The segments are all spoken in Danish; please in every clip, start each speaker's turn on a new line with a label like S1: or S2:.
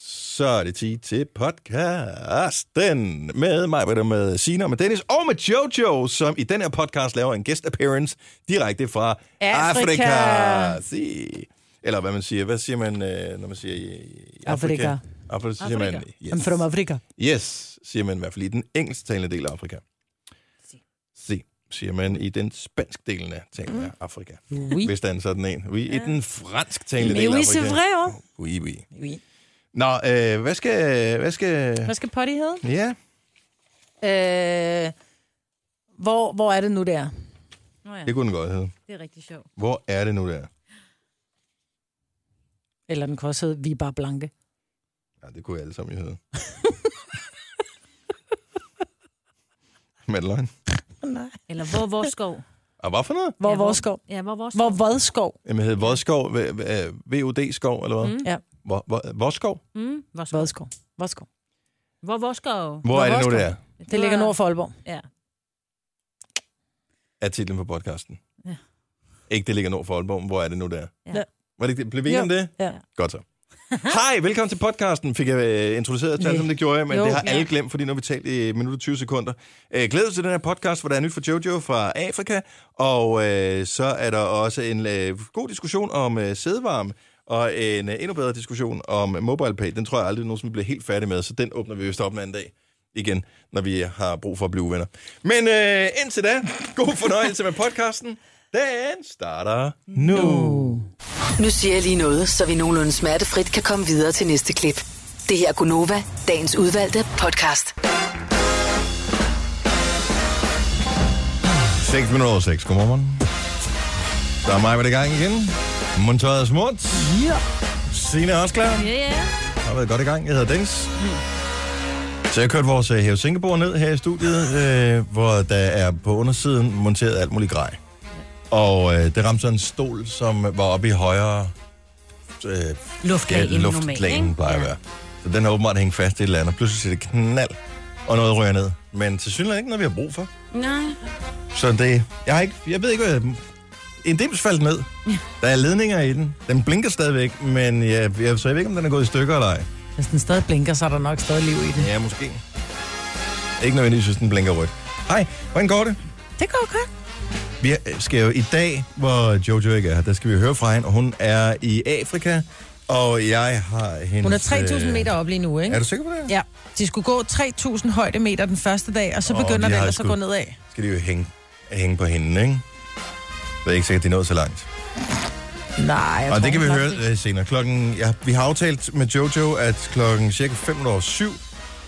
S1: så er det tid til podcasten med mig, med, med Sina, med Dennis og med Jojo, som i den her podcast laver en guest appearance direkte fra Afrika.
S2: Afrika.
S1: Afrika. Si. Eller hvad man siger. Hvad siger man, øh, når man siger i- i Afrika?
S2: Afrika.
S1: Afrika. så siger man, yes.
S2: I'm from Africa.
S1: Yes, siger man i hvert fald i den engelsktalende del af Afrika. Si. siger man i den spansktalende del
S2: Mm.
S1: af Afrika.
S2: Oui.
S1: Hvis der er en sådan en. Oui, I den fransktalende
S2: Mais
S1: del af
S2: oui, c'est
S1: Afrika.
S2: vrai, oh.
S1: Oui, oui.
S2: Oui.
S1: Nå, øh, hvad skal... Hvad skal...
S2: Hvad skal potty hedde?
S1: Ja,
S2: Øh, hvor, hvor er det nu, der?
S3: Nå ja,
S1: det kunne den godt hedde.
S3: det er rigtig sjovt.
S1: Hvor er det nu, der?
S2: Eller den kan også hedde Vi er bare blanke.
S1: Ja, det kunne jeg alle sammen jo hedde. Madeline.
S3: Eller hvor vores skov.
S1: Og hvad for noget?
S2: Hvor
S3: Ja,
S2: ja,
S3: hvor-
S2: hvor skov?
S3: Ja, hvor vores
S2: Hvor
S3: skov.
S2: hvad skov?
S1: Jamen, hedder Vodskov, V- V- øh, VUD-skov, eller hvad?
S3: Mm.
S2: Ja.
S1: Hvor, hvor, Vodskov?
S3: Mm, hvor skov.
S2: Hvad skov? Hvad skov?
S3: Hvor vores skov.
S1: Hvor er det nu,
S2: Vodskov.
S1: der?
S2: Det ligger nord for Aalborg.
S3: Ja.
S1: Er titlen på podcasten.
S3: Ja.
S1: Ikke det ligger nord for Aalborg, men hvor er det nu, der?
S3: Ja.
S1: Var det ikke det? Blev vi enige
S2: Jo.
S1: om det?
S2: Ja.
S1: Godt så. Hej, velkommen til podcasten, fik jeg øh, introduceret til,
S2: Næ.
S1: som det gjorde jeg, men jo,
S2: Jo.
S1: det har alle
S3: Ja.
S1: glemt, fordi nu har vi talt i minutter og 20 sekunder. Øh, glæder til den her podcast, hvor der er nyt for Jojo fra Afrika, og øh, så er der også en øh, god diskussion om øh, sædvarme, og en øh, endnu bedre diskussion om MobilePay. Den tror jeg aldrig nogensinde vi bliver helt færdig med, så den åbner vi vist op en anden dag igen, når vi har brug for at blive uvenner. Men øh, indtil da, god fornøjelse med podcasten. Den starter nu. nu.
S4: Nu siger jeg lige noget, så vi nogenlunde smertefrit kan komme videre til næste klip. Det her er Gunova, dagens udvalgte podcast.
S1: 6 minutter over 6. Godmorgen. Så er mig ved det gang igen. Montøjet er smurt. Ja. Signe er også klar.
S3: Ja, ja.
S1: Har været godt i gang. Jeg hedder Dennis. Så jeg kørte vores uh, Have Singapore ned her i studiet, øh, hvor der er på undersiden monteret alt muligt grej. Og øh, det ramte sådan en stol, som var oppe i højre øh, ja,
S3: Luftlag
S1: luftplanen, plejer at være. Så den har åbenbart hængt fast i et eller andet. Pludselig siger det knald, og noget rører ned. Men til synligheden ikke noget, vi har brug for.
S3: Nej.
S1: Så det, jeg har ikke, jeg ved ikke, hvad, en dims faldt ned. Der er ledninger i den. Den blinker stadigvæk, men jeg, jeg, så jeg ved ikke, om den er gået i stykker eller ej.
S2: Hvis den stadig blinker, så er der nok stadig liv i den.
S1: Ja, måske. Ikke nødvendigvis, hvis den blinker rødt. Hej, hvordan går det?
S2: Det går godt.
S1: Vi er- skal jo i dag, hvor Jojo ikke er her, der skal vi høre fra hende, og hun er i Afrika, og jeg har hendes... øh,
S2: Hun er 3.000 meter op lige nu, ikke?
S1: Er du sikker på det?
S2: Ja, de skulle gå 3.000 højdemeter den første dag, og så
S1: Åh,
S2: begynder
S1: de
S2: det
S1: har
S2: ellers
S1: sgu-
S2: at gå nedad.
S1: Skal de jo hænge, hænge på hende, ikke? Det er ikke sikkert, de er nået så langt.
S2: Nej, jeg
S1: Og
S2: tror,
S1: det kan vi
S2: hun
S1: høre
S2: nok-
S1: øh, senere. Klokken, ja, vi har aftalt med Jojo, at klokken cirka 5 over syv,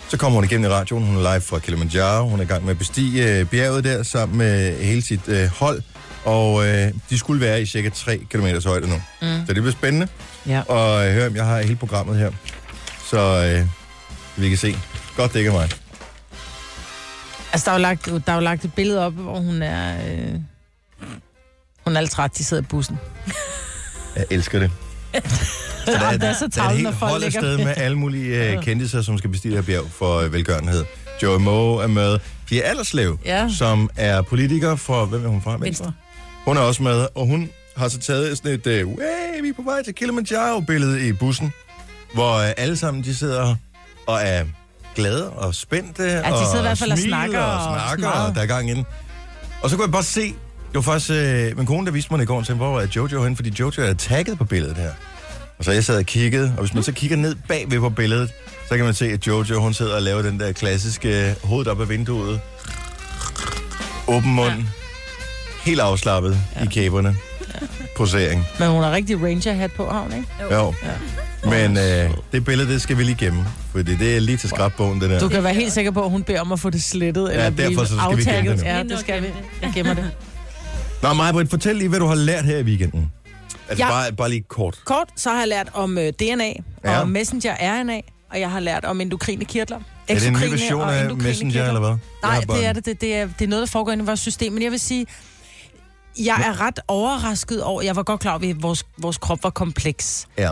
S1: så kommer hun igennem i radioen. Hun er live fra Kilimanjaro. Hun er i gang med at bestige øh, bjerget der sammen med hele sit øh, hold. Og øh, de skulle være i cirka 3 km højde nu. Mm. Så det bliver spændende.
S2: Ja.
S1: Og øh, hør, om jeg har hele programmet her. Så øh, vi kan se. Godt dækker mig.
S2: Altså, der er, jo lagt, der er jo lagt et billede op, hvor hun er... Øh... Hun er lidt træt, de sidder i bussen.
S1: Jeg elsker det. Så der,
S2: det er så
S1: der er et
S2: tarveligt,
S1: helt
S2: når folk
S1: hold
S2: ligger-
S1: afsted med alle mulige uh, kendtiser, som skal bestige det her bjerg for uh, velgørenhed. Joey Moe er med. Pia Allerslev,
S2: Ja.
S1: som er politiker for... Hvem er hun fra?
S3: Venstre.
S1: Hun er også med, og hun har så taget sådan et... Uh, hey, vi er på vej til Kilimanjaro-billede i bussen, hvor uh, alle sammen de sidder og er glade og spændte. Ja, de
S2: sidder i hvert fald
S1: smiler
S2: og snakker
S1: og,
S2: og
S1: snakker,
S2: smadrer.
S1: og der er gang i den. Og så kunne jeg bare se, det var faktisk øh, min kone, der viste mig det i går, og tænkte, hvor er Jojo hen? Fordi Jojo er tagget på billedet her. Og så jeg sad og kiggede, og hvis man så kigger ned bagved på billedet, så kan man se, at Jojo, hun sidder og laver den der klassiske hoved op ad vinduet. Åben mund. Ja. Helt afslappet ja. i kæberne. Ja. Posering.
S2: Men hun har rigtig ranger-hat på, har hun, ikke?
S1: Jo. Ja. Men øh, det billede, det skal vi lige gemme. Fordi det er lige til skrabbogen, det der.
S2: Du kan være helt sikker på, at hun beder om at få det slettet, ja, eller
S1: derfor
S2: blive
S1: så skal vi gemme det
S2: aftagget.
S1: nu.
S2: ja,
S3: Lige
S2: det
S3: nu
S2: skal vi.
S3: gemme det.
S2: Jeg gemmer det.
S1: Nå, Majbrit, fortæl lige, hvad du har lært her i weekenden. Altså ja.
S2: Ja.
S1: bare, bare lige kort.
S2: Kort, så har jeg lært om øh, DNA
S1: Ja.
S2: og messenger-RNA, og jeg har lært om endokrine kirtler.
S1: Er det en ny
S2: Exokrine
S1: version
S2: og
S1: af
S2: endokrine
S1: Messenger,
S2: kirtler.
S1: eller hvad? Jeg
S2: Nej,
S1: har bare-
S2: det er det. Det, det, er, det er noget, der foregår inde i vores system. Men jeg vil sige, jeg er ret overrasket over... Jeg var godt klar over, at vores, vores krop var kompleks.
S1: Ja.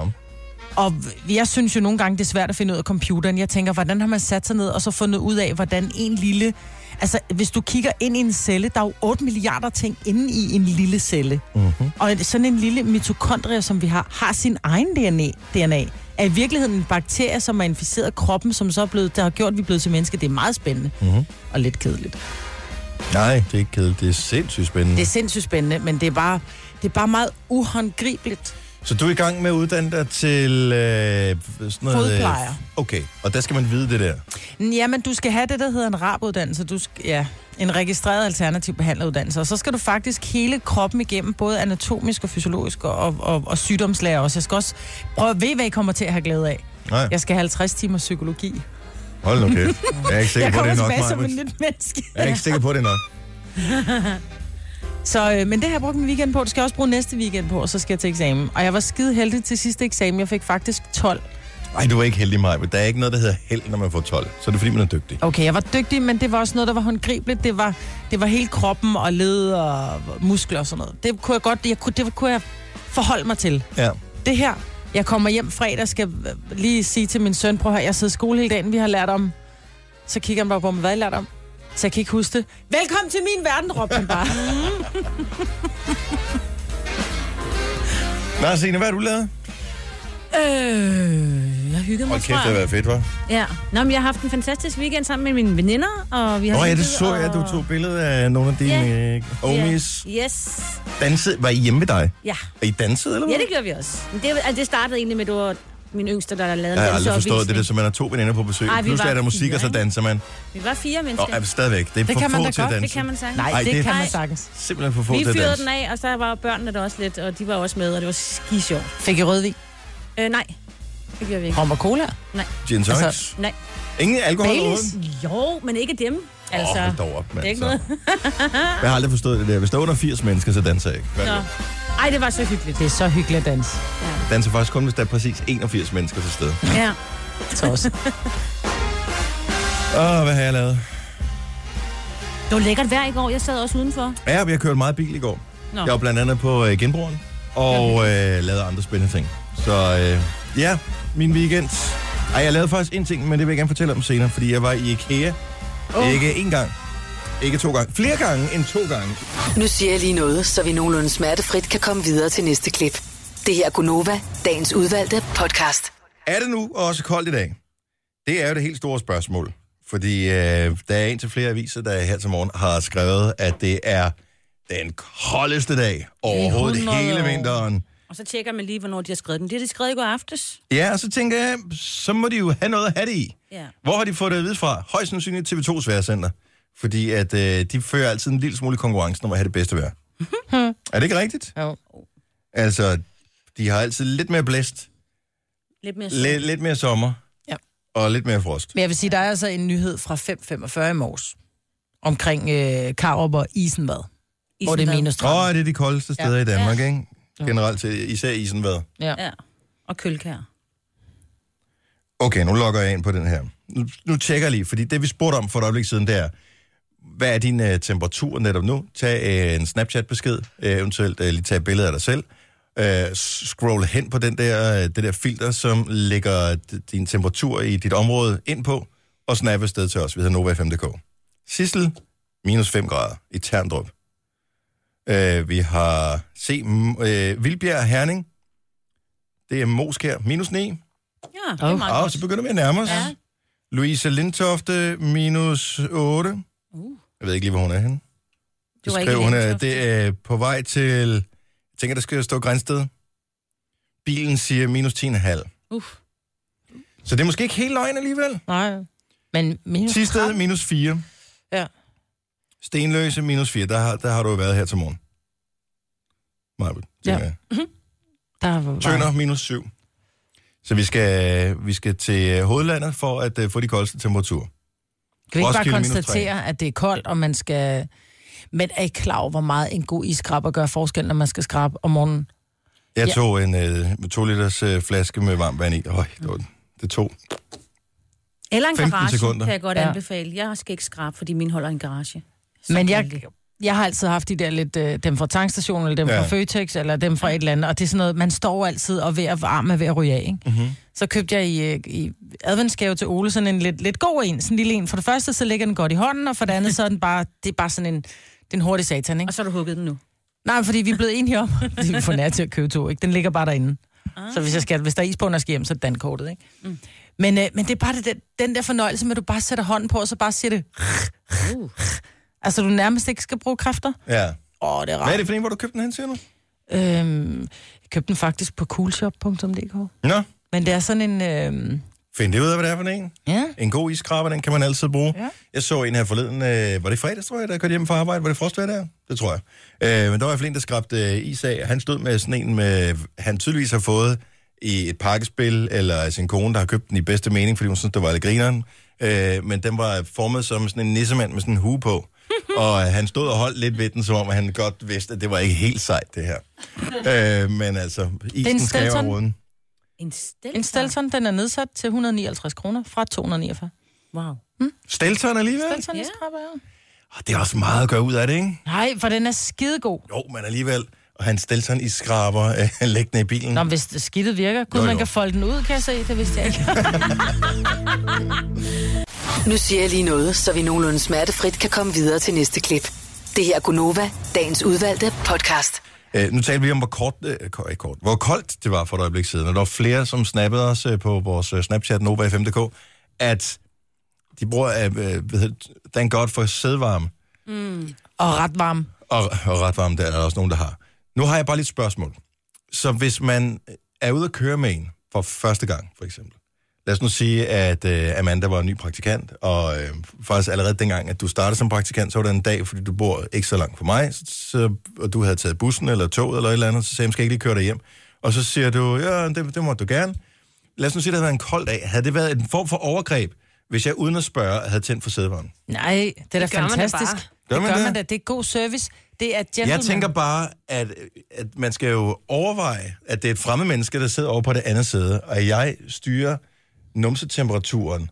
S2: Og v- jeg synes jo nogle gange, det er svært at finde ud af computeren. Jeg tænker, hvordan har man sat sig ned og så fundet ud af, hvordan en lille... Altså, hvis du kigger ind i en celle, der er jo 8 milliarder ting inde i en lille celle. Mm-hmm. Og sådan en lille mitokondrie, som vi har, har sin egen DNA. DNA. er i virkeligheden en bakterie, som har inficeret kroppen, som så er blevet, der har gjort, at vi er blevet til mennesker. Det er meget spændende
S1: Mm-hmm.
S2: og lidt kedeligt.
S1: Nej, det er ikke kedeligt. Det er sindssygt spændende.
S2: Det er sindssygt spændende, men det er bare, det er bare meget uhåndgribeligt.
S1: Så du er i gang med at uddanne dig til... Øh, sådan noget,
S2: Fodplejer.
S1: Øh, okay, og der skal man vide det der.
S2: Jamen, du skal have det, der hedder en RAB-uddannelse. Du skal, ja, en registreret alternativ behandleruddannelse. Og så skal du faktisk hele kroppen igennem, både anatomisk og fysiologisk og, og, og, og sygdomslærer også. Jeg skal også prøve at ved, hvad I kommer til at have glæde af.
S1: Nej,
S2: Jeg skal have 50 timer psykologi.
S1: hold nu kæft. Jeg er ikke sikker
S2: Jeg
S1: på, det
S2: kommer
S1: er nok,
S2: tilbage som
S1: Maja.
S2: en lidt menneske.
S1: Jeg er ikke sikker på, det er nok.
S2: Så, øh, men det har jeg brugt min weekend på. Det skal jeg også bruge næste weekend på, og så skal jeg til eksamen. Og jeg var skide heldig til sidste eksamen. Jeg fik faktisk 12.
S1: Nej, du er ikke heldig, Maja. Der er ikke noget, der hedder held, når man får 12. Så er det, fordi man er dygtig.
S2: Okay, jeg var dygtig, men det var også noget, der var håndgribeligt. Det var, det var hele kroppen og led og muskler og sådan noget. Det kunne jeg godt, jeg kunne, det kunne jeg forholde mig til.
S1: Ja.
S2: Det her, jeg kommer hjem fredag, skal øh, lige sige til min søn, prøv at høre, jeg sidder i skole hele dagen, vi har lært om. Så kigger han bare på mig, hvad har I lært om? Så jeg kan ikke huske det. Velkommen til min verden, råbte han bare.
S1: Nå, Signe, hvad har du lavet?
S3: Øh, jeg hyggede mig,
S1: Hold kæft, det har
S3: tror jeg.
S1: været fedt, hva'?
S3: Ja. Nå, men jeg har haft en fantastisk weekend sammen med mine veninder, og vi har
S1: Nå ja, det
S3: hygget,
S1: så jeg,
S3: og-
S1: du tog billede af nogle af dine yeah. homies.
S3: Ja. Yes.
S1: Dansede, var I hjemme ved dig?
S3: Ja.
S1: Er I danset, eller hvad?
S3: ja, det gjorde vi også. Men Det, altså, det startede egentlig med, at det var min yngste, der
S1: jeg
S3: lavede
S1: har
S3: en
S1: aldrig forstået det, der,
S3: danseopvisning.
S1: som man har to veninder på besøg.
S3: Ej, vi
S1: Pludselig
S3: var
S1: er der musik,
S3: fire,
S1: og så
S3: ikke?
S1: danser man.
S3: Vi var fire
S1: Og
S3: mennesker.
S1: er stadigvæk. Det er
S2: Det
S1: for
S2: kan man
S1: få
S2: da
S1: til at
S2: godt, det
S1: danse.
S3: det kan man sige.
S2: Nej,
S1: Ej,
S2: Ej, det,
S1: det-
S2: det, kan man
S3: Ej.
S2: sagtens.
S1: Simpelthen for få
S3: Vi
S1: til at
S3: fyrede
S1: danse.
S3: den af, og så var børnene der også lidt, og de var også med, og det var ski sjovt.
S2: Fik I rødvin?
S3: Øh, nej, det gjorde vi ikke.
S2: Rom og cola?
S1: Gin tonics.
S2: Altså,
S3: nej.
S1: Ingen alkohol
S2: Baileys?
S1: overhovedet?
S3: Jo, men ikke dem.
S1: Altså,
S3: Altså,
S1: oh, hold dog op, mand.
S3: ikke
S1: så.
S3: noget.
S1: Jeg har aldrig forstået det der. Hvis der er under 80 mennesker, så danser jeg ikke. Hvad er
S3: Nå.
S1: det?
S3: Ej, det var så hyggeligt.
S2: Det er så hyggeligt at danse.
S1: Jeg danser faktisk kun, hvis der er præcis 81 mennesker til stede.
S3: Ja.
S2: Tos.
S1: Åh, hvad har jeg lavet?
S3: Det var lækkert vejr i går. Jeg sad også udenfor.
S1: Ja, vi har kørt meget bil i går.
S3: Nå.
S1: Jeg var blandt andet på øh, genbrugeren og øh, lavede andre spændende ting. Så øh, ja, min weekend. Ej, jeg lavede faktisk en ting, men det vil jeg gerne fortælle om senere, fordi jeg var i IKEA. Oh. Ikke én gang. Ikke to gange. Flere gange end to gange.
S4: Nu siger jeg lige noget, så vi nogenlunde smertefrit kan komme videre til næste klip. Det her er Gunova, dagens udvalgte podcast.
S1: Er det nu også koldt i dag? Det er jo det helt store spørgsmål. Fordi øh, der er en til flere aviser, der her til morgen har skrevet, at det er den koldeste dag overhovedet
S3: 100
S1: hele
S3: år.
S1: vinteren.
S3: Og så tjekker man lige, hvornår de har skrevet den. Det har de skrevet i går aftes.
S1: Ja, og så tænker jeg, så må de jo have noget at have det i.
S3: Ja.
S1: Hvor har de fået det at vide fra? Højst sandsynligt TV2's vejrcenter. Fordi at, øh, de fører altid en lille smule konkurrence om at have det bedste vejr. er det ikke rigtigt?
S2: Jo.
S1: Altså, de har altid lidt mere blæst,
S3: Lidt mere
S1: lidt, lidt mere sommer
S2: Ja.
S1: og lidt mere frost.
S2: Men jeg vil sige, der er altså en nyhed fra 5.45 i morges omkring øh, Karup og Isenvad, hvor det er minus 30.
S1: Åh, oh, det er de koldeste steder ja. i Danmark,
S3: Ja.
S1: ikke? Generelt til især Isenvad.
S3: Ja. Og kølkær.
S1: Okay, nu logger jeg ind på den her. Nu, nu tjekker jeg lige, fordi det vi spurgte om for et øjeblik siden, det er, hvad er din øh, temperatur netop nu? Tag øh, en Snapchat-besked, øh, eventuelt øh, lige tag et billede af dig selv. Øh, scroll hen på den der, øh, det der filter, som lægger d- din temperatur i dit område ind på, og snap afsted til os. Vi hedder Nova 5.dk. Sissel, minus 5 grader i Terndrup. Øh, vi har C. M- øh, Vildbjerg Herning. Det er Moskær, minus 9.
S3: Ja, det er
S2: Åh.
S3: meget
S1: Ja,
S3: godt.
S1: og så begynder vi at nærme os. Ja.
S3: Ja.
S1: Louise Lindtofte, minus 8.
S3: Uh,
S1: Jeg ved ikke lige, hvor hun er henne.
S3: det
S1: Det
S3: var ikke
S1: skrev hun, at
S3: Lindtofte.
S1: det er på vej til... Jeg tænker, der skal stå Grænsted. Bilen siger minus 10,5.
S3: uh.
S1: Så det er måske ikke helt løgn alligevel.
S2: Nej. Men minus
S1: Tisted minus 4.
S2: Ja.
S1: Stenløse minus 4. Der har, der har du jo været her til morgen. Marbet,
S2: Ja. Der var...
S1: Tønder minus 7. Så vi skal, vi skal til hovedlandet for at uh, få de koldeste temperaturer.
S2: Kan vi ikke bare
S1: Roskilde minus
S2: konstatere, at det er koldt, og man skal... Men er I klar over, hvor meget en god iskrabber gør forskel, når man skal skrabe om morgenen?
S1: Jeg
S2: Ja.
S1: tog en øh, 2 liters øh, flaske med varmt vand i. Øj, det, var, det tog.
S3: Eller en
S1: 15
S3: garage,
S1: sekunder.
S3: kan jeg godt
S2: Ja.
S3: anbefale. Jeg skal ikke skrabe, fordi min holder en garage. Så
S2: Men jeg,
S3: heldig.
S2: jeg har altid haft de der lidt, øh, dem fra tankstationen, eller dem
S1: Ja.
S2: ja. fra Føtex, eller dem fra et eller andet, og det er sådan noget, man står altid og er ved at varme er ved at ryge af, ikke?
S1: Mhm.
S2: Mm-hmm. Så købte jeg i, øh, i adventsgave til Ole sådan en lidt, lidt god en, sådan en lille en. For det første, så ligger den godt i hånden, og for det andet, så er den bare, det er bare sådan en, den hurtige satan, ikke?
S3: Og så har du hugget den nu.
S2: Nej, fordi vi er blevet enige om, det er vi får nær til at købe to, ikke? Den ligger bare derinde. Ah. Så hvis, jeg skal, hvis der er is på, når jeg skal hjem, så er det dankortet, ikke? Mm. Men, øh, men det er bare det, der- den der fornøjelse med, at du bare sætter hånden på, og så bare siger det...
S3: Uh.
S2: Altså, du nærmest ikke skal bruge kræfter.
S1: Ja.
S2: Åh, det er
S1: Hvad er
S2: rart.
S1: det for en, hvor du købte den hen, siger du?
S2: Øhm, jeg købte den faktisk på coolshop.dk.
S1: Nå,
S2: Men det er sådan en... Øhm,
S1: find det ud af, hvad det er for en.
S2: ja.
S1: En god iskrabber, den kan man altid bruge. Ja.
S2: Ja.
S1: Jeg så en her forleden, øh, var det fredags, tror jeg, der kørte hjem fra arbejde. Var det frostvær der? Det tror jeg. Øh, men der var i hvert fald en, der skrabte øh, is af. Han stod med sådan en, med, han tydeligvis har fået i et pakkespil, eller sin kone, der har købt den i bedste mening, fordi hun synes, det var lidt grineren. Øh, men den var formet som sådan en nissemand med sådan en hue på. og øh, han stod og holdt lidt ved den, som om han godt vidste, at det var ikke helt sejt, det her. øh, men altså, isen skal jo
S2: Stelton.
S1: over uden.
S3: En stel.
S2: En Stelton, den er nedsat til 159 kroner fra 249.
S3: Wow.
S1: Stelton alligevel?
S2: Stelton
S3: Ja.
S2: yeah. skraber, ja.
S1: Og det er også meget at gøre ud af det, ikke?
S2: Nej, for den er skidegod.
S1: Jo, men alligevel. Og han stillede sådan i skraber, øh, læggende i bilen.
S2: Nå, men hvis det skidtet virker. Gud,
S1: Jo, jo.
S2: man kan folde den ud, kan jeg se. Det vidste jeg ikke.
S4: Nu siger jeg lige noget, så vi nogenlunde smertefrit kan komme videre til næste klip. Det her er Gunova, dagens udvalgte podcast.
S1: Øh, nu talte vi om, hvor, kort, øh, ko- ikke kort, hvor koldt det var for et øjeblik siden. Og der var flere, som snappede os øh, på vores øh, Snapchat Nova i 5.dk, at de bruger, øh, øh, hvad hedder det, thank god for sædvarme.
S2: Og ret varm.
S1: Og, og ret varme, der er der også nogen, der har. Nu har jeg bare lidt spørgsmål. Så hvis man øh, er ude at køre med en for første gang, for eksempel. Lad os nu sige, at øh, Amanda var en ny praktikant, og øh, faktisk allerede dengang, at du startede som praktikant, så var der en dag, fordi du bor ikke så langt fra mig, så, så, og du havde taget bussen eller toget eller et eller andet, så sagde jeg, skal jeg ikke lige køre dig hjem? Og så siger du, ja, det, det må du gerne. Lad os nu sige, at det havde været en kold dag. Havde det været en form for overgreb, hvis jeg uden at spørge havde tændt for sædevognen?
S2: Nej, det er da
S5: Det gør man da
S2: fantastisk.
S5: bare.
S1: Gør
S2: det
S1: man
S2: gør
S1: det?
S2: man da. Det er god service. Det er gentleman.
S1: Jeg tænker bare, at, at man skal jo overveje, at det er et fremmed menneske, der sidder over på det andet side, og jeg styrer numsetemperaturen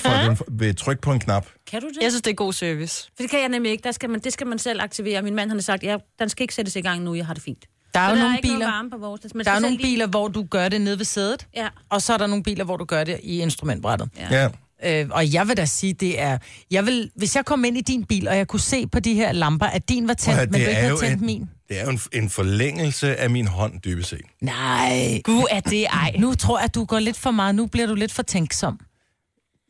S1: for den, ved tryk på en knap.
S3: Kan du det?
S5: Jeg synes, det er god service.
S3: For det kan jeg nemlig ikke. Der skal man, det skal man selv aktivere. Min mand han har sagt, ja, den skal ikke sættes i gang nu, jeg har det fint.
S2: Der er
S3: Så
S2: jo
S3: der
S2: nogle
S3: er ikke
S2: biler-
S3: noget varme på vores. Man
S2: Der
S3: skal
S2: er
S3: selv
S2: nogle
S3: lige-
S2: biler, hvor du gør det nede ved sædet,
S3: Ja.
S2: og så er der nogle biler, hvor du gør det i instrumentbrættet.
S1: Ja. ja.
S2: Øh, og jeg vil da sige, det er... Jeg vil, hvis jeg kom ind i din bil, og jeg kunne se på de her lamper, at din var tændt, men du ikke havde tændt
S1: en,
S2: min.
S1: det er jo en, en forlængelse af min hånd, dybest set.
S2: Nej.
S5: Gud, er det ej.
S2: Nu tror jeg, at du går lidt for meget. Nu bliver du lidt for tænksom.
S1: Men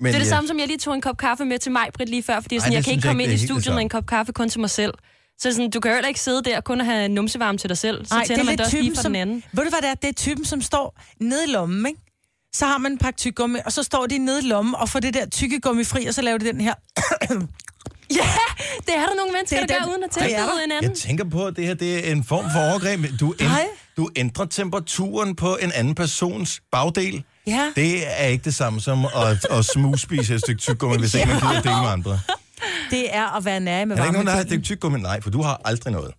S5: Det er det
S1: jeg-
S5: samme, som jeg lige tog en kop kaffe med til mig, Britt, lige før, fordi
S1: Ej,
S5: sådan,
S1: det
S5: jeg kan
S1: synes
S5: ikke
S1: jeg
S5: komme
S1: ikke,
S5: ind i
S1: det er helt det
S5: studiet med en kop kaffe kun til mig selv. Så sådan, du kan heller ikke sidde der og kun have numsevarme til dig selv. Så
S2: Nej, det
S5: tænder
S2: er
S5: man
S2: lidt
S5: det også lige
S2: typen,
S5: for
S2: som,
S5: den anden.
S2: Ved du, hvad det er? Det er typen, som står nede i lommen, ikke? Så har man en pakke tyggegummi, og så står de nede i lommen og får det der tykkegummi fri, og så laver de den her.
S5: Ja, det er der nogle mennesker,
S2: Det er
S5: der gør
S2: den-
S5: uden at
S2: det er
S5: teste
S2: der.
S5: ud en anden.
S1: Jeg tænker på, at det her det er en form for overgreb. Du,
S2: Nej.
S1: ænd, du ændrer temperaturen på en anden persons bagdel.
S2: Ja.
S1: Det er ikke det samme som at, at smugspise et stykke tyggegummi, hvis ikke man gider at dele med andre.
S2: Det er at være nær med
S1: Er der ikke nogen, der har et
S2: varme.
S1: stykke tyggegummi? Nej, for du har aldrig noget.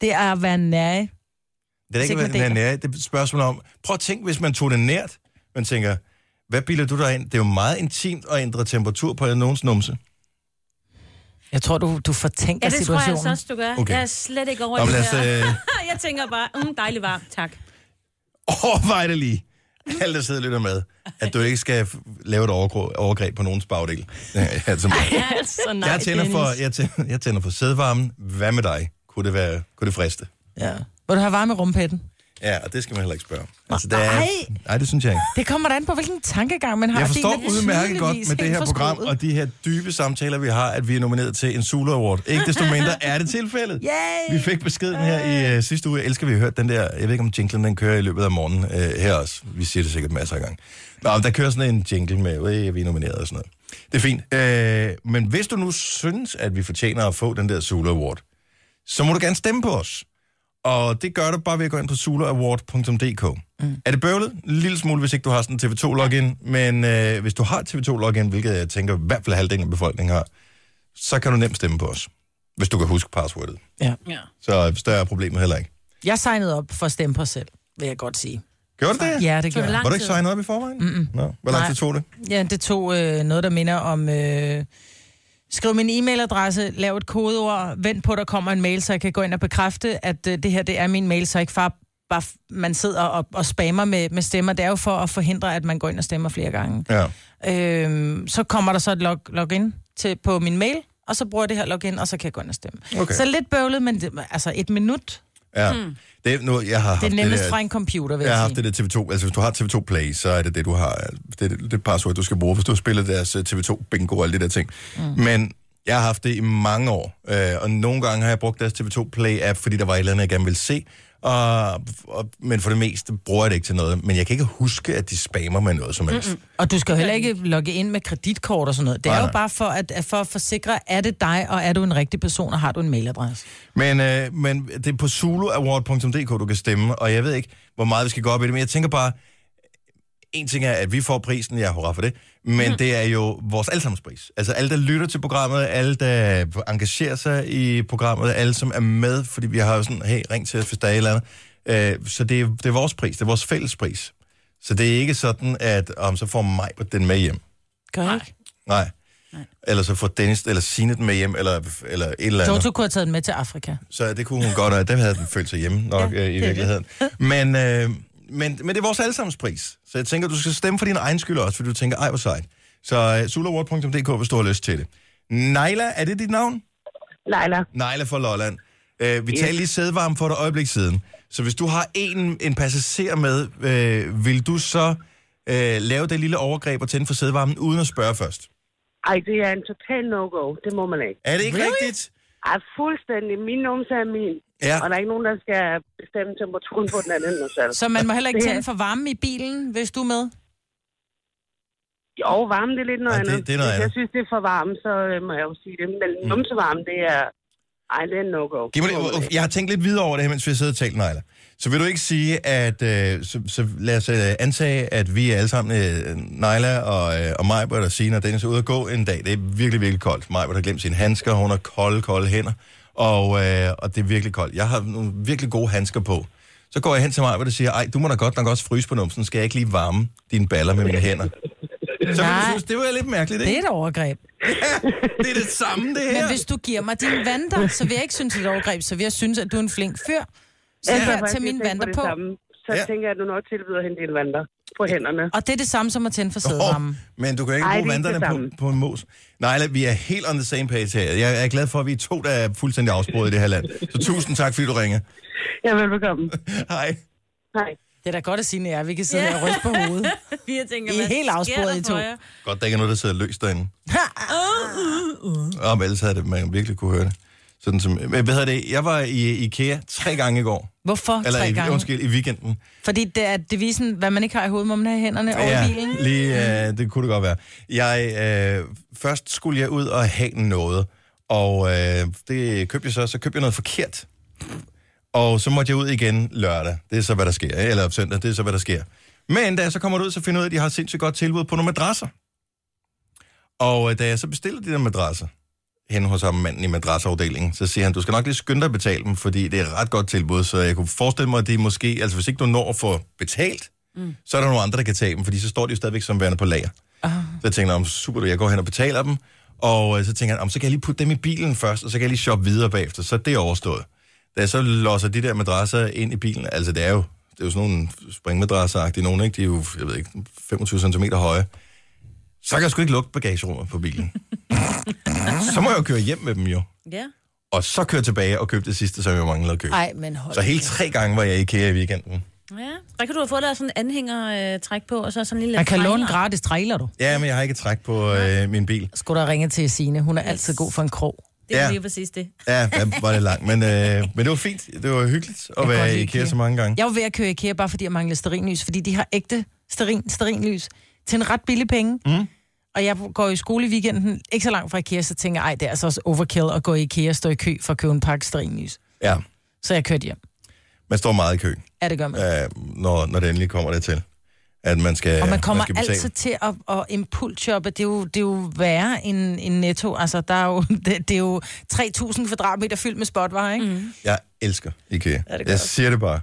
S2: Det er at være nær.
S1: Det er
S2: Hvis
S1: ikke,
S2: ikke
S1: hvad
S2: man
S1: den er
S2: deler.
S1: nær. Det er et spørgsmål om, prøv at tænke, hvis man tog det nært. Man tænker, hvad bilder du dig ind? Det er jo meget intimt at ændre temperatur på nogens numse.
S2: Jeg tror, du, du fortænker
S3: Ja, det tror jeg
S2: situationen.
S3: altså også, du gør.
S1: Okay.
S3: Okay. Jeg er slet ikke over
S1: Nå,
S3: i
S1: men
S3: det
S1: lad os
S3: der.
S1: øh,
S3: Jeg tænker bare, mm, dejlig varmt, tak.
S1: overveje det lige. Alle, der sidder og lytter med, at du ikke skal f- lave et overgro- overgreb på nogens bagdel. Ja, altså,
S5: Altså, nej,
S1: jeg, tænder
S5: Dennis.
S1: for, jeg, tænder, jeg tænder for sædvarmen. Hvad med dig? Kunne det, være, kunne det friste?
S2: Ja. Hvor du har varme i rumpetten.
S1: Ja, og det skal man heller ikke spørge om. Altså, det er,
S2: Nej.
S1: nej, det synes jeg ikke.
S2: Det kommer da an på, hvilken tankegang man har.
S1: Jeg
S2: og det er
S1: forstår
S2: man
S1: udmærket godt
S2: tydeligvis
S1: med det
S2: helt
S1: her program
S2: forskruet.
S1: og de her dybe samtaler, vi har, at vi er nomineret til en Sula Award. Ikke desto mindre er det tilfældet.
S2: Yay!
S1: Vi fik beskeden her i uh, sidste uge. Jeg elsker, at vi har hørt den der, jeg ved ikke om jinglen den kører i løbet af morgenen uh, her også. Vi siger det sikkert masser af gange. Nå, men der kører sådan en jingle med, øh, vi er nomineret og sådan noget. Det er fint. Uh, men hvis du nu synes, at vi fortjener at få den der Sula Award, så må du gerne stemme på os. Og det gør du bare ved at gå ind på sulaaward.dk. Mm. Er det bøvlet? En lille smule, hvis ikke du har sådan en TV2-login. Men øh, hvis du har TV2-login, hvilket jeg tænker i hvert fald halvdelen af befolkningen har, så kan du nemt stemme på os. Hvis du kan huske passwordet.
S2: Ja.
S3: Ja.
S1: Så større er problemet heller ikke.
S2: Jeg signede op for at stemme på os selv, vil jeg godt sige.
S1: Gjorde du det?
S2: Ja, det gjorde jeg.
S1: Var du ikke signet op i forvejen? Mm-mm. Nå, hvor lang
S2: Nej.
S1: tid tog det?
S2: Ja, det tog øh, noget, der minder om... Øh, skriv min e-mailadresse, lav et kodeord, vent på, der kommer en mail, så jeg kan gå ind og bekræfte, at øh, det her det er min mail, så ikke far, bare f- man sidder og, og spammer med, med stemmer. Det er jo for at forhindre, at man går ind og stemmer flere gange.
S1: Ja.
S2: Øhm, så kommer der så et log, login til, på min mail, og så bruger jeg det her login, og så kan jeg gå ind og stemme.
S1: Okay.
S2: Så lidt bøvlet, men det, altså et minut
S1: Ja. Mm. Det, er- nu, jeg har
S2: Det
S1: haft
S2: er nemmest
S1: der-
S2: fra en computer, vil
S1: Jeg
S2: jeg,
S1: har
S2: jeg
S1: haft
S2: sige.
S1: det der TV2, altså hvis du har TV2 Play, så er det det, du har, det, er det, det passord, du skal bruge, hvis du har spillet deres øh, TV2 bingo og alle de der ting. Mm. Men jeg har haft det i mange år, øh, og nogle gange har jeg brugt deres TV2 Play-app, fordi der var et eller andet, jeg gerne ville se, og, og, men for det meste bruger jeg det ikke til noget. Men jeg kan ikke huske, at de spammer med noget som helst. Mm-mm.
S2: Og du skal jo heller ikke logge ind med kreditkort og sådan noget. Det
S1: Nej,
S2: er jo
S1: nej.
S2: bare for at, at for at forsikre, er det dig, og er du en rigtig person, og har du en mailadresse?
S1: Men, øh, men det er på zuluaward.dk, du kan stemme, og jeg ved ikke, hvor meget vi skal gå op i det, men jeg tænker bare, en ting er, at vi får prisen, ja, hurra for det, men mm. det er jo vores allesammens pris. Altså alle, der lytter til programmet, alle, der engagerer sig i programmet, alle, som er med, fordi vi har jo sådan, hey, ring til os, hvis der er et eller andet. Øh, så det er, det er vores pris, det er vores fælles pris. Så det er ikke sådan, at om så får mig den med hjem.
S2: Gør jeg ikke?
S1: Nej. Nej. Eller så får Dennis eller Signe den med hjem, eller, eller et eller andet.
S2: Jojo kunne have taget den med til Afrika.
S1: Så det kunne hun godt, og der havde den følt sig hjemme nok ja, øh, i virkeligheden. Men, øh, men, men det er vores allesammens pris. Så jeg tænker, du skal stemme for din egen skyld også, fordi du tænker, ej hvor sejt. Så øh, sulaward.dk, hvis du har lyst til det. Nejla, er det dit navn?
S6: Leila.
S1: Nejla fra Lolland. Øh, vi yes. talte lige sædvarme for et øjeblik siden. Så hvis du har en, en passager med, øh, vil du så øh, lave det lille overgreb og tænde for sædvarmen uden at spørge først?
S6: Ej, det er en total no-go. Det må man ikke.
S1: Er det ikke really? rigtigt?
S6: Ej, fuldstændig. Min numse er min.
S1: Ja.
S6: Og der er ikke nogen, der skal bestemme temperaturen på den anden end os selv.
S2: Så man må heller ikke
S6: Det er-
S2: tænde for varme i bilen, hvis du er med?
S6: Jo, varme, det er lidt noget
S1: Ej, det-
S6: andet.
S1: det er noget
S6: Hvis
S1: andet.
S6: jeg synes, det er for varmt, så øh, må jeg jo sige det. Men mm. numsevarme, det er... Ej, det er en no-go.
S1: Giv mig
S6: Det må man
S1: det,
S6: ikke.
S1: jeg har tænkt lidt videre over det her, mens vi har siddet og talt, Nejla. Så vil du ikke sige, at øh, så, så lad os øh, antage, at vi alle sammen, øh, Nejla og, øh, og Majbert og Sina og Dennis, er ude at gå en dag. Det er virkelig, virkelig koldt. Majbert har glemt sine handsker, hun har kolde, kolde hænder, og, øh, og det er virkelig koldt. Jeg har nogle virkelig gode handsker på. Så går jeg hen til Majbert og siger, ej, du må da godt nok også fryse på numsen, skal jeg ikke lige varme dine baller med mine hænder? Så vil du
S2: Nej.
S1: synes, det var lidt mærkeligt,
S2: Det er
S1: ikke?
S2: et overgreb.
S1: Det er det samme, det her.
S2: Men hvis du giver mig dine vanter, så vil jeg ikke synes, det er et overgreb, så vil jeg synes, at du er en flink fyr. Så
S6: Efter
S2: ja,
S6: faktisk
S2: jeg tage
S6: at
S2: mine
S6: tænke
S2: vanter
S6: det
S2: på.
S6: Samme, så
S1: Ja.
S6: ja. tænker jeg, at du nok tilbyder hende dine vanter på hænderne.
S2: Og det er det samme som at tænde for
S1: Åh,
S2: sædevarmen.
S1: men du kan ikke
S6: Ej,
S1: bruge
S6: det er ikke
S1: vanderne
S6: det
S1: på,
S6: samme.
S1: på en mos. Nej, Leila, vi er helt on the same page her. Jeg er glad for, at vi er to, der er fuldstændig afsporet i det her land. Så tusind tak, fordi du ringer.
S6: Ja, velbekomme.
S1: Hej.
S6: Hej.
S2: Det er da godt at sige, at vi kan sidde her og ryste på hovedet.
S3: Vi tænker,
S2: I er
S3: hvad
S2: helt
S3: sker
S2: afsporet,
S3: der
S2: I to.
S3: for jer?
S1: Godt, der ikke er noget, der sidder løst derinde. Om ellers havde det, man virkelig kunne høre det. Sådan som, men hvad hedder det? Jeg var i IKEA tre gange i går.
S2: Hvorfor
S1: Eller
S2: tre
S1: i,
S2: gange?
S1: undskyld, i weekenden.
S2: Fordi det er devisen, hvad man ikke har i hovedet, må man have i hænderne over ja. bilen.
S1: lige, øh, det kunne det godt være. Jeg, øh, først skulle jeg ud og have noget, og øh, det købte jeg så, så købte jeg noget forkert. Og så måtte jeg ud igen lørdag. Det er så, hvad der sker. Eller søndag, det er så, hvad der sker. Men da jeg så kommer ud, så finder jeg ud af, at de har et sindssygt godt tilbud på nogle madrasser. Og øh, da jeg så bestiller de der madrasser, hen hos ham manden i madrasafdelingen, så siger han, du skal nok lige skynde dig at betale dem, fordi det er et ret godt tilbud, så jeg kunne forestille mig, at de måske, altså hvis ikke du når at få betalt, mm. så er der nogle andre, der kan tage dem, fordi så står de jo stadigvæk som værende på lager. Uh. Så jeg tænkte, om super, du, jeg går hen og betaler dem, og øh, så tænker han, om så kan jeg lige putte dem i bilen først, og så kan jeg lige shoppe videre bagefter, så er det overstået. Da jeg så losser de der madrasser ind i bilen, altså det er jo, det er jo sådan nogle springmadrasser-agtige nogen, ikke? De er jo, jeg ved ikke, 25 cm høje. Så kan jeg sgu ikke lukke bagagerummet på bilen. så må jeg jo køre hjem med dem jo.
S3: Ja.
S1: Og så køre tilbage og købe det sidste, som jeg manglede at købe.
S2: Nej, men hold
S1: Så helt tre gange var jeg i IKEA i weekenden.
S3: ja. Der kan du have fået lavet sådan en anhænger øh, træk på, og så sådan en lille...
S2: Man kan låne
S3: trailer.
S2: en gratis trailer, du.
S1: Ja, men jeg har ikke træk på øh, min bil.
S2: Skulle da ringe til Sine. Hun er altid god for en krog.
S3: Det er
S1: Ja.
S3: lige præcis det.
S1: Ja, den var lidt lang, men, øh, men det var fint. Det var hyggeligt at
S2: kan godt
S1: være i
S2: lide
S1: IKEA
S2: IKEA.
S1: så mange gange.
S2: Jeg var ved at køre IKEA, bare fordi jeg manglede sterinlys, fordi de har ægte sterin, sterinlys til en ret billig penge. Mm. Og jeg går i skole i weekenden, ikke så langt fra IKEA, så tænker jeg, ej, det er altså også overkill at gå i IKEA og stå i kø for at købe en pakke sterinlys.
S1: Ja,
S2: Så jeg kørte hjem.
S1: man står meget i kø,
S2: Ja, det gør man. Ja,
S1: øh, når, når det endelig kommer der til, at man skal
S2: og man kommer
S1: skal
S2: man altid til at, at impulshoppe. Det er jo, det er jo værre end, end netto. Altså, der er jo, det, det er jo 3.000 kvadratmeter fyldt med spotvarer, ikke? Mm.
S1: Jeg elsker IKEA. Ja, jeg siger det bare.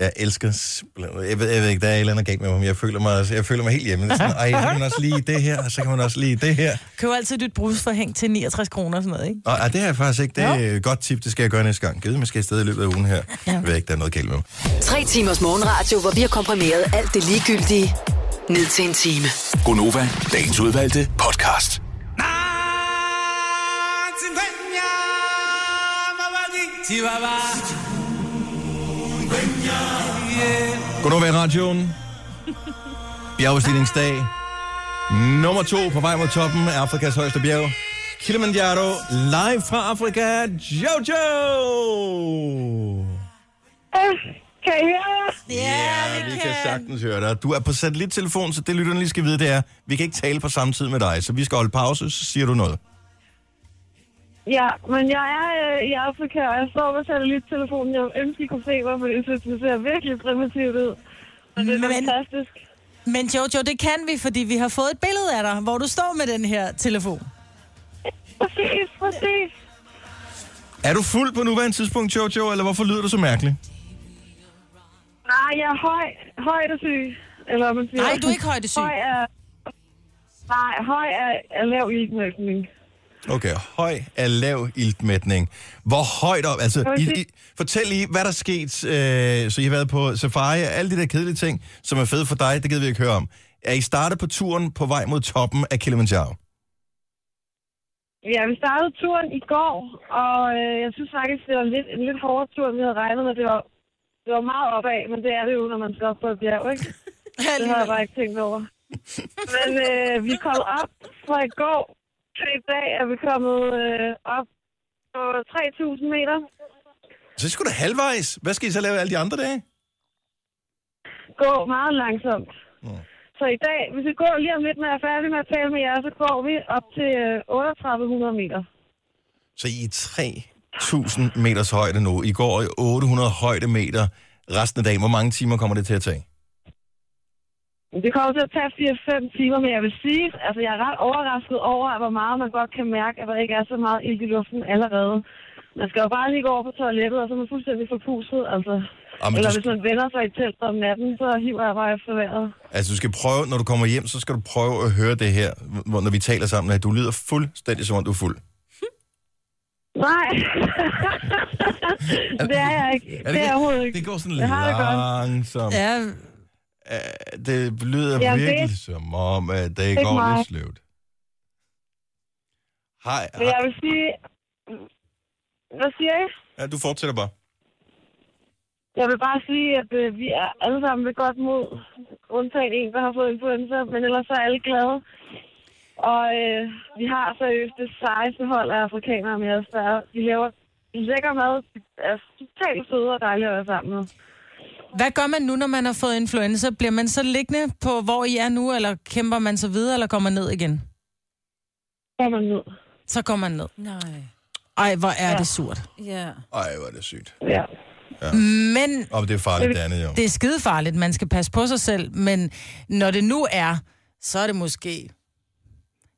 S1: Jeg elsker simpelthen- jeg ved, jeg ved ikke, der er et eller andet galt med mig, men jeg føler mig, jeg føler mig helt hjemme. Det er Sådan, Ej, så kan man også lige det her, og så kan man også lige det her.
S2: Køb altid dit brusforhæng til 69 kroner og sådan noget, ikke?
S1: Og ah, det har jeg faktisk ikke. Det er et godt tip, det skal jeg gøre næste gang. Givet, man skal afsted i løbet af ugen her. Jeg ved ikke, der er noget galt med mig.
S4: Tre timers morgenradio, hvor vi har komprimeret alt det ligegyldige ned til en time.
S7: Gonova, dagens udvalgte podcast.
S8: Chihuahua.
S1: Godnova i radioen. Bjergbestigningsdag. Nummer to på vej mod toppen af Afrikas højeste bjerg. Kilimanjaro, live fra Afrika, Jojo!
S6: Øh, Kan I høre mig?
S1: Ja, vi kan sagtens høre dig. Du er på satellittelefon, så det lytterne lige skal vide, det er, vi kan ikke tale på samme tid med dig, så vi skal holde pause, så siger du noget.
S6: Ja, men jeg er øh, i Afrika, og jeg står med satellittelefonen. Jeg ønsker, I kunne se mig, for jeg synes, det ser virkelig primitivt ud. Men det er
S2: Men-
S6: fantastisk.
S2: Men Jojo, det kan vi, fordi vi har fået et billede af dig, hvor du står med den her telefon.
S6: Præcis, præcis.
S1: Er du fuld på nuværende tidspunkt, Jojo, eller hvorfor lyder du så mærkelig?
S6: Nej, jeg er høj, højdesyg. Eller, hvad man siger.
S2: Nej, du er ikke højdesyg.
S6: Høj er... Nej, høj er, er lav ildmælkning.
S1: Okay, høj er lav iltmætning. Hvor højt op? Altså, I, I, fortæl lige, hvad der er sket, øh, så I har været på safari og alle de der kedelige ting, som er fede for dig, det gider vi ikke høre om. Er I startet på turen på vej mod toppen af Kilimanjaro?
S6: Ja, vi startede turen i går, og øh, jeg synes faktisk, det var lidt, en lidt hårdere tur, end vi havde regnet med. Det var, det var meget opad, men det er det jo, når man skal op på et bjerg, ikke? Det har jeg bare ikke tænkt over. Men øh, vi kom op fra i går til i dag, er vi kommet øh, op på 3.000 meter.
S1: Så skulle da halvvejs. Hvad skal I så lave alle de andre dage?
S6: Gå meget langsomt. Så i dag, hvis vi går lige om lidt, når jeg er færdig med at tale med jer, så går vi op til øh, 3.800 meter.
S1: Så I er 3.000 meters højde nu. I går i 800 højdemeter resten af dagen. Hvor mange timer kommer det til at tage?
S6: Det kommer til at tage 4-5 timer, men jeg vil sige, altså jeg er ret overrasket over, hvor meget man godt kan mærke, at der ikke er så meget ild i luften allerede. Man skal jo bare lige gå over på toilettet, og så er man fuldstændig forpustet, altså.
S1: Jamen,
S6: Eller
S1: du-
S6: hvis man vender sig i teltet om natten, så hiver jeg bare efter vejret.
S1: Altså, du skal prøve, når du kommer hjem, så skal du prøve at høre det her, hvor- når vi taler sammen, at du lyder fuldstændig som om, du er fuld.
S6: Nej. det er jeg ikke. Det er jeg overhovedet ikke.
S1: Det går sådan
S6: Det har jeg godt.
S1: langsomt. Ja.
S2: Ja,
S1: Det lyder
S6: Jamen, det-
S1: virkelig som om, at det,
S6: ikke
S1: går
S6: mig.
S1: lidt sløvt. Hej.
S6: Men jeg
S1: hej.
S6: vil sige... Hvad siger jeg?
S1: Ja, du fortsætter bare.
S6: Jeg vil bare sige, at øh, vi er alle sammen ved godt mod, undtagen en, der har fået influenza, men ellers er alle glade. Og øh, vi har seriøst det sejeste hold af afrikanere med os, der er- vi laver lækker mad, de er totalt søde og dejlige at være sammen med.
S2: hvad gør man nu, når man har fået influenza? Bliver man så liggende på, hvor I er nu, eller kæmper man så videre, eller kommer ned igen?
S6: Så er man ned.
S2: Så går man ned.
S3: Nej.
S2: Ej, hvor er ja. det surt.
S3: Ja.
S1: Ej, hvor er det sygt.
S6: Ja.
S2: Men
S1: Og det er farligt, det andet, jo.
S2: det er skide farligt. Man skal passe på sig selv. Men når det nu er, så er det måske...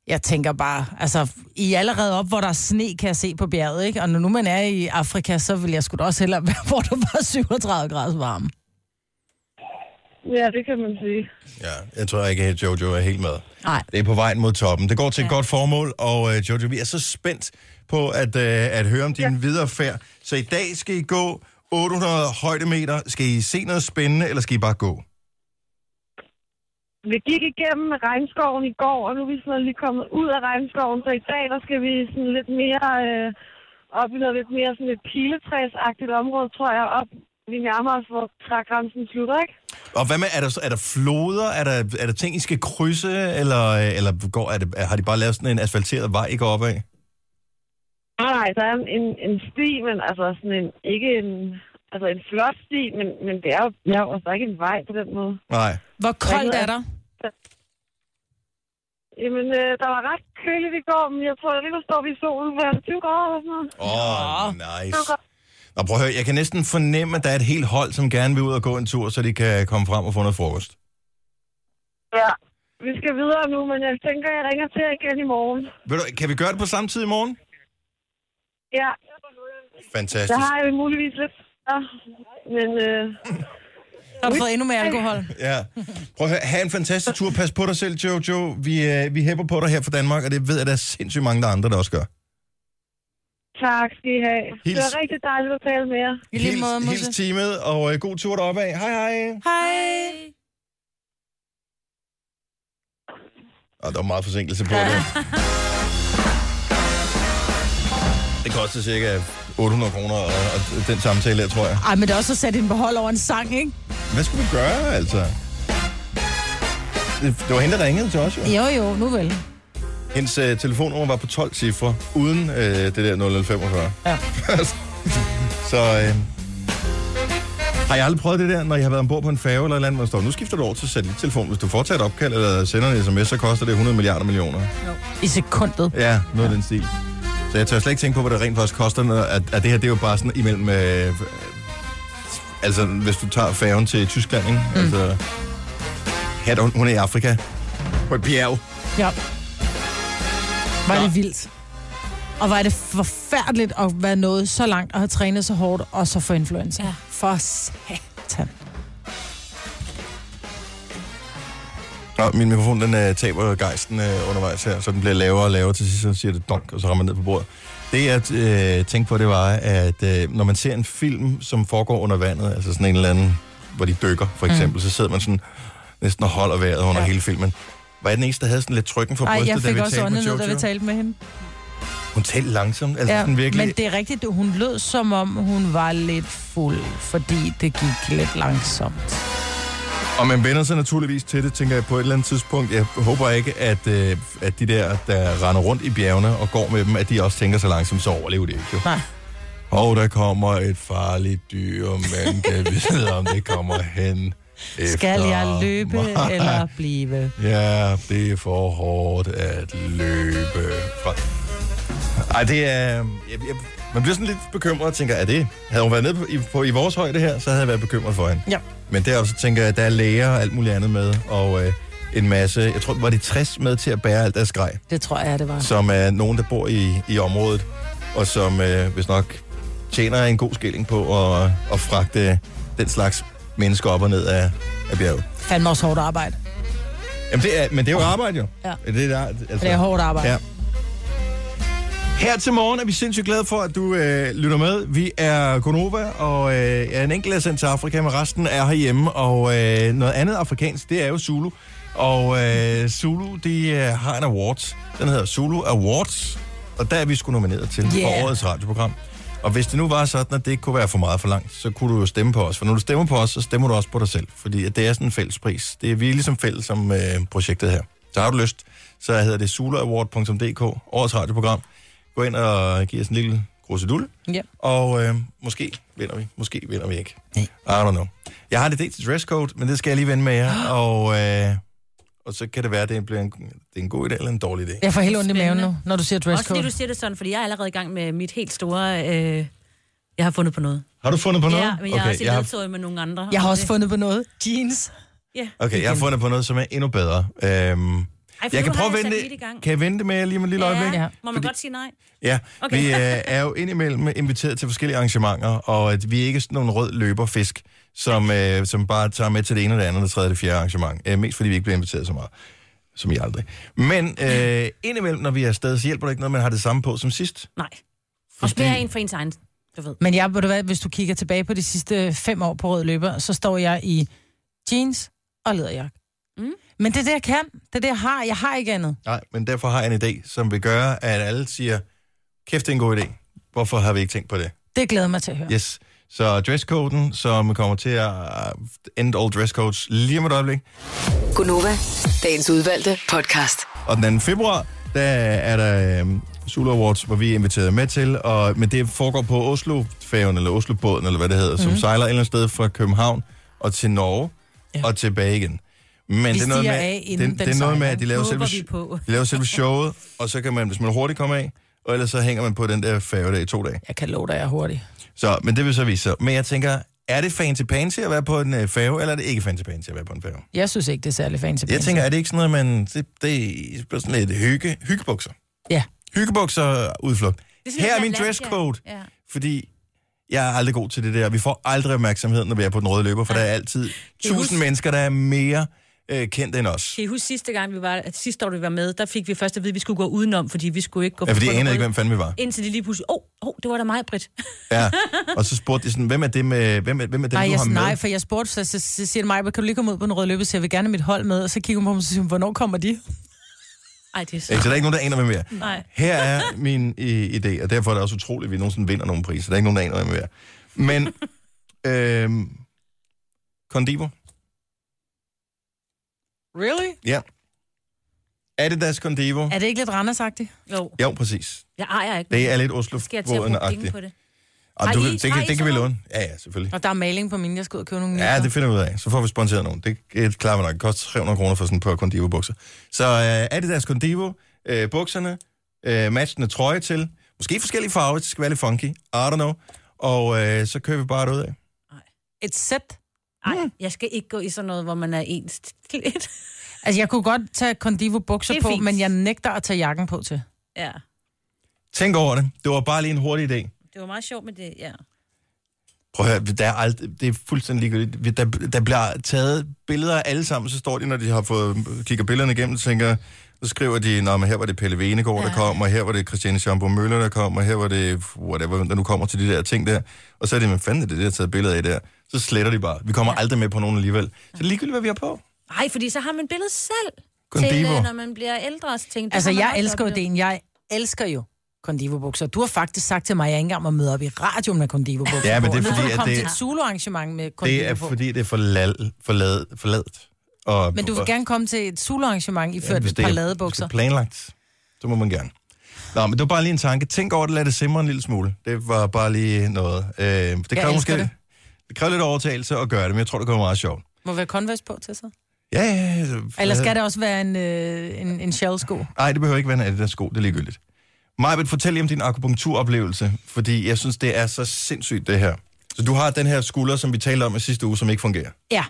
S2: Jeg tænker bare, altså, I er allerede op, hvor der er sne, kan jeg se på bjerget, ikke? Og når nu man er i Afrika, så vil jeg sgu da også hellere være, hvor der var 37 grader varme.
S6: ja, det kan man sige.
S1: Ja, jeg tror ikke, at Jojo er helt med.
S2: Nej.
S1: Det er på vejen mod toppen. Det går til et godt formål, og øh, Jojo, vi er så spændt på at, øh, at høre om din ja. videre færd. Så i dag skal I gå 800 højdemeter. Skal I se noget spændende, eller skal I bare gå?
S6: Vi gik igennem regnskoven i går, og nu er vi sådan lige kommet ud af regnskoven, så i dag der skal vi sådan lidt mere øh, op i noget lidt mere sådan lidt piletræsagtigt område, tror jeg, op. Vi nærmer os, hvor trægrænsen slutter, ikke?
S1: Og hvad med, er der, er der floder? Er der, er der ting, I skal krydse? Eller, øh, eller går, er det, har de bare lavet sådan en asfalteret vej, I går opad?
S6: Nej, nej, der er en, en, en sti, men altså sådan en, ikke en, altså en flot sti, men, men det er jo bjerg, og der er ikke en vej på den måde.
S1: Nej.
S2: Hvor koldt er der?
S6: Jamen, øh, der var ret køligt i går, men jeg tror lige, der står vi i solen for 20 grader eller sådan noget.
S1: Åh, oh, nice. Nå, prøv at høre, jeg kan næsten fornemme, at der er et helt hold, som gerne vil ud og gå en tur, så de kan komme frem og få noget frokost.
S6: Ja, vi skal videre nu, men jeg tænker, jeg ringer til jer igen i morgen.
S1: Ved du, kan vi gøre det på samme tid i morgen?
S6: Ja,
S1: Fantastisk.
S6: der har jeg muligvis lidt. Ja, men øh,
S2: Har du fået endnu mere alkohol?
S1: Ja. Prøv at høre, have en fantastisk tur. Pas på dig selv, Jojo. Vi, øh, vi hæpper på dig her fra Danmark, og det ved jeg, der er sindssygt mange der andre, der også gør.
S6: tak skal I have. Det
S1: Hils.
S6: var rigtig dejligt at tale med jer.
S2: I lige måde, Musse.
S1: hils teamet, og øh, god tur deroppe af. Hej, hej.
S2: Hej.
S1: Og der var meget forsinkelse på det. Det koster cirka 800 kroner og, og den samtale her, tror jeg.
S2: Ej, men det er også at sætte en behold over en sang, ikke?
S1: Hvad skulle vi gøre, altså? Det, det var hende, der ringede til os, jo.
S2: Jo, jo, nu vel.
S1: Hendes øh, telefonnummer var på 12 cifre, uden øh, det der 0045.
S2: Ja.
S1: så øh, har jeg aldrig prøvet det der, når jeg har været ombord på en færge eller et eller andet, hvor der står, nu skifter du over til satellittelefon. Hvis du foretager et opkald eller sender en sms, så koster det 100 milliarder millioner.
S2: I sekundet.
S1: Ja, noget af den stil. Så jeg tør slet ikke tænke på, hvad det rent faktisk koster, når- at, at det her, det er jo bare sådan imellem... Øh, øh, altså, hvis du tager færgen til Tyskland, ikke? Mm. Altså, her, hun, hun er i Afrika. På et bjerg.
S2: Ja. Var det vildt. Og var det forfærdeligt at være nået så langt og have trænet så hårdt, og så få influenza. Ja. For satan.
S1: Nå, min mikrofon, den øh, taber gejsten øh, undervejs her, så den bliver lavere og lavere. Til sidst så siger det donk, og så rammer den ned på bordet. Det, jeg øh, tænkte på, det var, at øh, når man ser en film, som foregår under vandet, altså sådan en eller anden, hvor de dykker, for eksempel, mm. så sidder man sådan næsten og holder vejret under ja. hele filmen. Var jeg den eneste, der havde sådan lidt trykken for
S2: Ej,
S1: brystet,
S2: jeg
S1: da
S2: fik
S1: vi
S2: også
S1: talte med
S2: åndenød, da vi
S1: Jojo?
S2: talte med hende.
S1: Hun talte langsomt, altså ja,
S2: Ja,
S1: sådan virkelig.
S2: men det er rigtigt, du- hun lød som om, hun var lidt fuld, fordi det gik lidt langsomt.
S1: Og man vender sig naturligvis til det, tænker jeg på et eller andet tidspunkt. Jeg håber ikke, at, øh, at de der, der render rundt i bjergene og går med dem, at de også tænker så langsomt, så overlever det ikke. Jo.
S2: Nej.
S1: Og der kommer et farligt dyr, man kan vide, om det kommer hen. Efter
S2: Skal jeg løbe
S1: mig.
S2: eller blive?
S1: Ja, det er for hårdt at løbe fra. Ej, det er... Jeg, jeg, man bliver sådan lidt bekymret og tænker, er det... Havde hun været nede på, i, på, i vores højde her, så havde jeg været bekymret for hende.
S2: Ja.
S1: Men deroppe så tænker jeg, at der er læger og alt muligt andet med, og øh, en masse... Jeg tror, var det 60 med til at bære alt deres grej,
S2: Det tror jeg, det var.
S1: som er nogen, der bor i, i området, og som øh, hvis nok tjener en god skilling på at, at fragte den slags mennesker op og ned af, af bjerget.
S2: Fandme også hårdt arbejde.
S1: Jamen, det er, men det er jo arbejde, jo.
S2: Ja.
S1: Det er, der, altså,
S2: Det er hårdt arbejde.
S1: Ja. Her til morgen er vi sindssygt glade for, at du øh, lytter med. Vi er Gonova, og øh, ja, en enkelt er sendt til Afrika, men resten er herhjemme. Og øh, noget andet afrikansk, det er jo Zulu. Og øh, Zulu, de øh, har en award. Den hedder Zulu Awards. Og der er vi sgu nomineret til yeah.
S2: Yeah.
S1: for årets radioprogram. Og hvis det nu var sådan, at det ikke kunne være for meget for langt, så kunne du jo stemme på os. For når du stemmer på os, så stemmer du også på dig selv. Fordi at det er sådan en fælles pris. Det er vi er ligesom fælles som øh, projektet her. Så har du lyst, så hedder det sulaward.dk, årets radioprogram. Gå ind og giv os en lille grusedul.
S2: Ja.
S1: Og øh, måske vinder vi, måske vinder vi ikke. Nej. I don't know. Jeg har en idé til dresscode, men det skal jeg lige vende med jer. Og, øh, og så kan det være, at det bliver en, det er en god idé eller en dårlig idé.
S2: Jeg får helt ondt i maven nu,
S3: Spændende.
S2: når du siger
S3: Også fordi
S2: dresscode.
S3: du siger det sådan, fordi jeg er allerede i gang med mit helt store... Øh, jeg har fundet på noget.
S1: Har du fundet på noget?
S3: Ja, men jeg okay, har også i
S1: jeg har
S3: ledtog med nogle andre.
S2: Jeg har
S3: og
S2: også
S3: det-
S2: fundet på noget. Jeans.
S3: Ja.
S1: Okay, jeg har fundet på noget, som er endnu bedre. Øhm,
S3: for
S1: jeg
S3: nu
S1: kan
S3: har
S1: prøve at
S3: jeg sat
S1: vente.
S3: lidt i gang.
S1: Kan jeg vente med jer lige om et lille øjeblik?
S3: Ja.
S2: Ja.
S3: Må man
S1: Fordi-
S3: godt sige nej?
S1: Ja, okay.
S3: Okay.
S1: vi øh, er jo indimellem inviteret til forskellige arrangementer, og at vi er ikke sådan nogle rød løberfisk, som, øh, som bare tager med til det ene og det andet, og det tredje og det fjerde arrangement. Øh, mest fordi vi ikke bliver inviteret så meget, som I aldrig. Men øh, indimellem, når vi er afsted, så hjælper det ikke noget, man har det samme på som sidst.
S3: Nej. Og spære en for ens egen, du ved.
S2: Men jeg, ved du hvad, hvis du kigger tilbage på de sidste fem år på Rød Løber, så står jeg i jeans og læderjakke.
S3: Mm.
S2: Mm. Men det er det, jeg kan. Det er det, jeg har. Jeg har ikke andet.
S1: Nej, men derfor har jeg en idé, som vil gøre, at alle siger, kæft, det er en god idé. Hvorfor har vi ikke tænkt på det?
S2: Det glæder jeg mig til at høre.
S1: Yes. Så dresscoden, som kommer til at øh, end all dresscodes lige om et øjeblik.
S4: Gunova, dagens udvalgte podcast.
S1: Og den 2. februar, der er der øhm, Zulu Awards, hvor vi er inviteret med til. Og, men det foregår på oslo eller Oslobåden, eller hvad det hedder, mm.
S2: Mhm.
S1: som sejler et eller andet sted fra København og til Norge ja. og tilbage igen. Men det er, noget med,
S2: stiger af,
S1: det,
S2: inden den
S1: det er noget
S2: sejler.
S1: med, at de laver,
S3: Håber
S1: selve,
S3: vi på.
S1: de laver selve showet, og så kan man, hvis man hurtigt kommer af, og ellers så hænger man på den der færge der i to dage.
S2: Jeg kan love dig, jeg er hurtig.
S1: Så, men det vil så vise sig. Men jeg tænker, er det fancy pansy at være på en øh, færge, eller er det ikke fancy pansy at være på en færge?
S2: Jeg synes ikke, det er særlig fancy.
S1: Jeg tænker, er det ikke sådan noget, man... Det, det bliver sådan lidt hygge, hyggebukser.
S2: Ja.
S1: Hyggebukser udflugt.
S3: Det
S1: Her er min
S3: Lalandia.
S1: dresscode,
S3: Ja.
S1: fordi jeg er aldrig god til det der. Vi får aldrig opmærksomhed, når vi er på den røde løber, for der er altid tusind
S3: huske-
S1: mennesker, der er mere øh, kendt end os.
S3: Kan I huske sidste gang, vi var, at sidste år, vi var med, der fik vi først at vide, at vi skulle gå udenom, fordi vi skulle ikke gå
S1: Ja, fordi jeg
S3: på den
S1: anede ikke,
S3: røde.
S1: hvem fanden vi var.
S3: Indtil de lige pludselig, åh, oh, oh, det var da mig, Britt.
S1: Ja. Og så spurgte de sådan, hvem er det med, hvem er, hvem er det,
S2: Nej,
S1: du
S2: jeg,
S1: har med?
S2: nej, for jeg spurgte, så, så, så siger det mig, kan du lige komme ud på den røde løbe, så jeg vil gerne have mit hold med, og så kigger hun på mig og siger, hun, hvornår kommer de?
S3: Ej, det er så...
S1: Ikke? Så der er ikke nogen, der aner, hvem vi er.
S3: Nej.
S1: Her er min i, idé, og derfor er det også utroligt, at vi nogensinde vinder nogle priser. Der er ikke nogen, der aner, hvem vi er. Men, øhm, Condivo,
S2: Really?
S1: ja. Er det deres Condivo?
S2: Er det ikke lidt randersagtigt?
S3: Jo,
S1: Jo, præcis.
S3: jeg ejer ikke.
S1: Det er lidt
S3: Skal jeg til at bruge penge
S1: Oslo-båden-agtigt.
S3: på det?
S1: Og
S3: Har
S1: du,
S3: I-
S1: det,
S3: har
S1: kan,
S3: I
S1: det kan vi
S3: sådan
S1: låne. Ja, ja, selvfølgelig.
S2: Og der er maling på mine, jeg skal ud og købe nogle nye.
S1: Ja, det finder vi ud af. Så får vi sponsoreret nogen. Det øh, klarer vi nok. Det koster 300 kroner for sådan et par Condivo-bukser. Så øh, er det deres Condivo, øh, bukserne, øh, matchende trøje til, måske forskellige farver, det skal være lidt funky, I don't know. Og øh, så kører vi bare det ud af.
S2: Et sæt.
S3: Nej,
S1: Mm.
S3: jeg skal ikke gå i sådan noget, hvor man er ens lidt.
S2: Altså, jeg kunne godt tage Condivo bukser
S3: Det er
S2: på,
S3: fint.
S2: men jeg nægter at tage jakken på til.
S3: Ja,
S1: Tænk over det. Det var bare lige en hurtig idé.
S3: det var meget sjovt med det, ja.
S1: Prøv at høre, der er alt, det er fuldstændig ligegyldigt. Der, der bliver taget billeder af alle sammen, så står de, når de har fået, kigger billederne igennem, og tænker, så skriver de, Nå, men her var det Pelle Venegård, ja. der kom, og her var det Christiane Schambo Møller, der kom, og her var det, whatever, hvem der nu kommer til de der ting der. Og så er det, hvad fanden er det, der er taget billeder af der? Så sletter de bare. Vi kommer ja. aldrig med på nogen alligevel. Så ligegyldigt, hvad vi har på.
S3: Nej, fordi så har man billedet selv. Til,
S1: Condivo.
S3: øh, når man bliver ældre, så tænker
S2: Altså, jeg elsker jo det. Jeg elsker jo Condivo-bukser. Du har faktisk sagt til mig, at jeg ikke engang må møde op i radioen med Condivo-bukser.
S1: Ja, men
S2: på.
S1: det er
S2: Nu kan
S1: fordi,
S2: du
S1: at
S2: komme
S1: det-
S2: til et solo-arrangement med Condivo
S1: Det er,
S2: på.
S1: fordi det er forlad, forlad, forladet. Og,
S2: Men du vil
S1: og-
S2: gerne komme til et solo-arrangement i ført
S1: hvis
S2: ja,
S1: det er-
S2: balladebukser.
S1: hvis det er planlagt, så må man gerne. Nå, men det var bare lige en tanke. Tænk over det, lad det simre en lille smule. Det var bare lige noget. Øh, det kræver
S2: elsker
S1: måske...
S2: det.
S1: Det. det kræver lidt overtagelse at gøre det, men jeg tror, det kommer meget sjovt.
S2: Må være Converse på til så?
S1: Ja, ja, ja.
S2: Eller skal det også være en, øh, en, en shell-sko?
S1: Nej, det behøver ikke være en Adidas sko, det er ligegyldigt. Maja, vil fortæl lige om din akupunkturoplevelse, fordi jeg synes, det er så sindssygt, det her. Så du har den her skulder, som vi talte om i sidste uge, som ikke fungerer.
S2: Ja.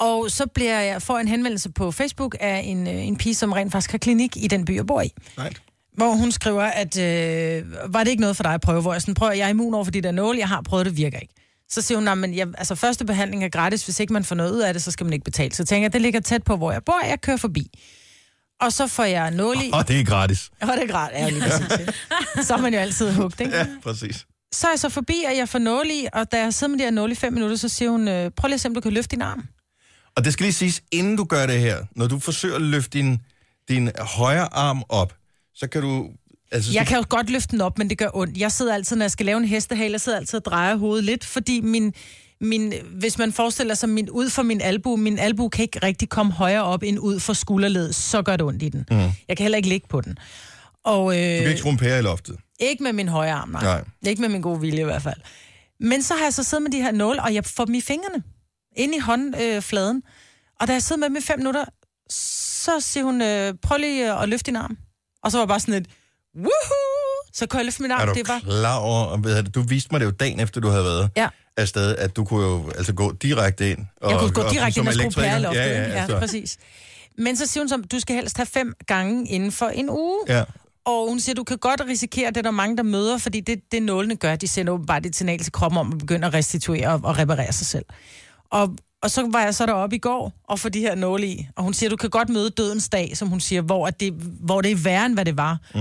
S2: Og så bliver jeg, får jeg en henvendelse på Facebook af en, øh, en pige, som rent faktisk har klinik i den by, jeg bor i.
S1: Nej.
S2: Hvor hun skriver, at øh, var det ikke noget for dig at prøve? Hvor jeg sådan, prøver, jeg er immun over for de der nåle, jeg har prøvet, det virker ikke. Så siger hun, "Nå, men jeg, altså første behandling er gratis, hvis ikke man får noget ud af det, så skal man ikke betale. Så tænker jeg, det ligger tæt på, hvor jeg bor, jeg kører forbi. Og så får jeg nåle i,
S1: Og det er gratis.
S2: og det er gratis, ja, lige præcis. ikke? Så er man jo altid hugt, ikke?
S1: Ja, præcis.
S2: så er jeg så forbi, og jeg får nåle i, og da jeg sidder med de her nåle i fem minutter, så siger hun, øh, prøv lige at se, om du kan løfte din arm.
S1: Og det skal lige siges, inden du gør det her, når du forsøger at løfte din, din højre arm op, så kan du... Altså,
S2: Jeg
S1: så-
S2: kan jo godt løfte den op, men det gør ondt. Jeg sidder altid, når jeg skal lave en hestehale, jeg sidder altid og drejer hovedet lidt, fordi min, min, hvis man forestiller sig min, ud for min albu, min albu kan ikke rigtig komme højere op end ud for skulderledet, så gør det ondt i den. Mm. Jeg kan heller ikke ligge på den. Og, øh,
S1: Du kan ikke rumpere i loftet.
S2: Ikke med min højre arm, nej.
S1: Nej.
S2: nej. Ikke med min gode vilje i hvert fald. Men så har jeg så siddet med de her nåle, og jeg får dem i fingrene. Ind i håndfladen. Øh, fladen. og da jeg sidder med dem i fem minutter, så siger hun, øh, prøv lige øh, at løfte din arm. Og så var jeg bare sådan et, woohoo! Så kunne jeg løfte min
S1: Er
S2: arm.
S1: du
S2: Det var,
S1: klar over... og Ved du, du viste mig det jo dagen efter, du havde været
S2: Ja.
S1: afsted, at du kunne jo altså gå direkte ind. Og,
S2: jeg kunne gå
S1: og-
S2: direkte
S1: som
S2: ind og skrue
S1: elektriker.
S2: pære i loftet.
S1: Ja, ja,
S2: ikke?
S1: altså.
S2: ja, præcis. Men så siger hun som, du skal helst have fem gange inden for en uge.
S1: ja.
S2: Og hun siger, du kan godt risikere, at det er der mange, der møder, fordi det, det nålene gør, de sender åbenbart et signal til kroppen om at begynde at restituere og, og reparere sig selv. Og, og så var jeg så deroppe i går og får de her nåle i. Og hun siger, du kan godt møde dødens dag, som hun siger, hvor, at det, hvor det er værre, end hvad det var. Mm.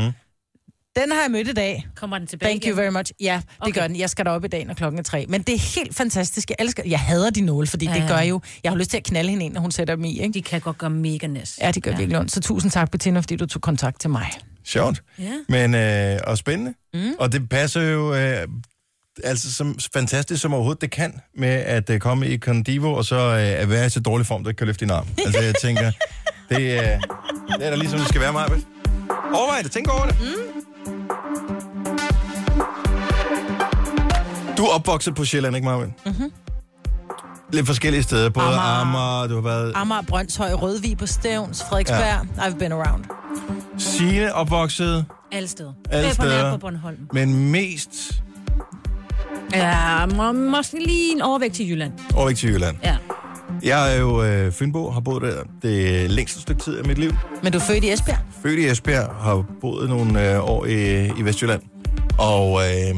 S2: Den har jeg mødt i dag.
S3: Kommer den tilbage
S2: Thank you very much. Ja, det okay. gør den. Jeg skal derop i dag, når klokken er tre. Men det er helt fantastisk. Jeg elsker Jeg hader de nåle, fordi ja,
S3: Ja,
S2: det
S3: ja.
S2: gør jo... Jeg har lyst til at knalde hende, når hun sætter dem i, ikke?
S3: De kan godt gøre mega næs.
S2: Ja, det gør ja. virkelig ondt. Så tusind tak, Bettina, fordi du tog kontakt til mig.
S1: Sjovt.
S3: Ja.
S1: Men, øh, og spændende. Mm. Og det passer jo øh, altså som, fantastisk som overhovedet det kan, med at øh, komme i Condivo, og så øh, at være i så dårlig form, du ikke kan løfte din arm. Altså jeg tænker, det, øh, det er da ligesom det skal være, Maja. Overvej det, tænk over det. Mm. Du er opvokset på Sjælland, ikke Marvin? Mm-hmm. Lidt forskellige steder, både
S2: Amager.
S1: Amager, du har været...
S2: Amager, Brøndshøj, Rødvig på Stævns, Frederiksberg. Ja. I've been around.
S1: Signe opvokset,
S3: Alle steder.
S1: Alle
S3: Øh, på nær
S1: steder.
S3: På Bornholm.
S1: men mest
S3: Ja, må, måske lige en overvægt til Jylland.
S1: overvægt til Jylland.
S3: Ja.
S1: Jeg er jo øh, Fynbo, har boet der det længste stykke tid af mit liv.
S2: Men du er født i Esbjerg?
S1: Født i Esbjerg, har boet nogle øh, år i, i Vestjylland. Og øh,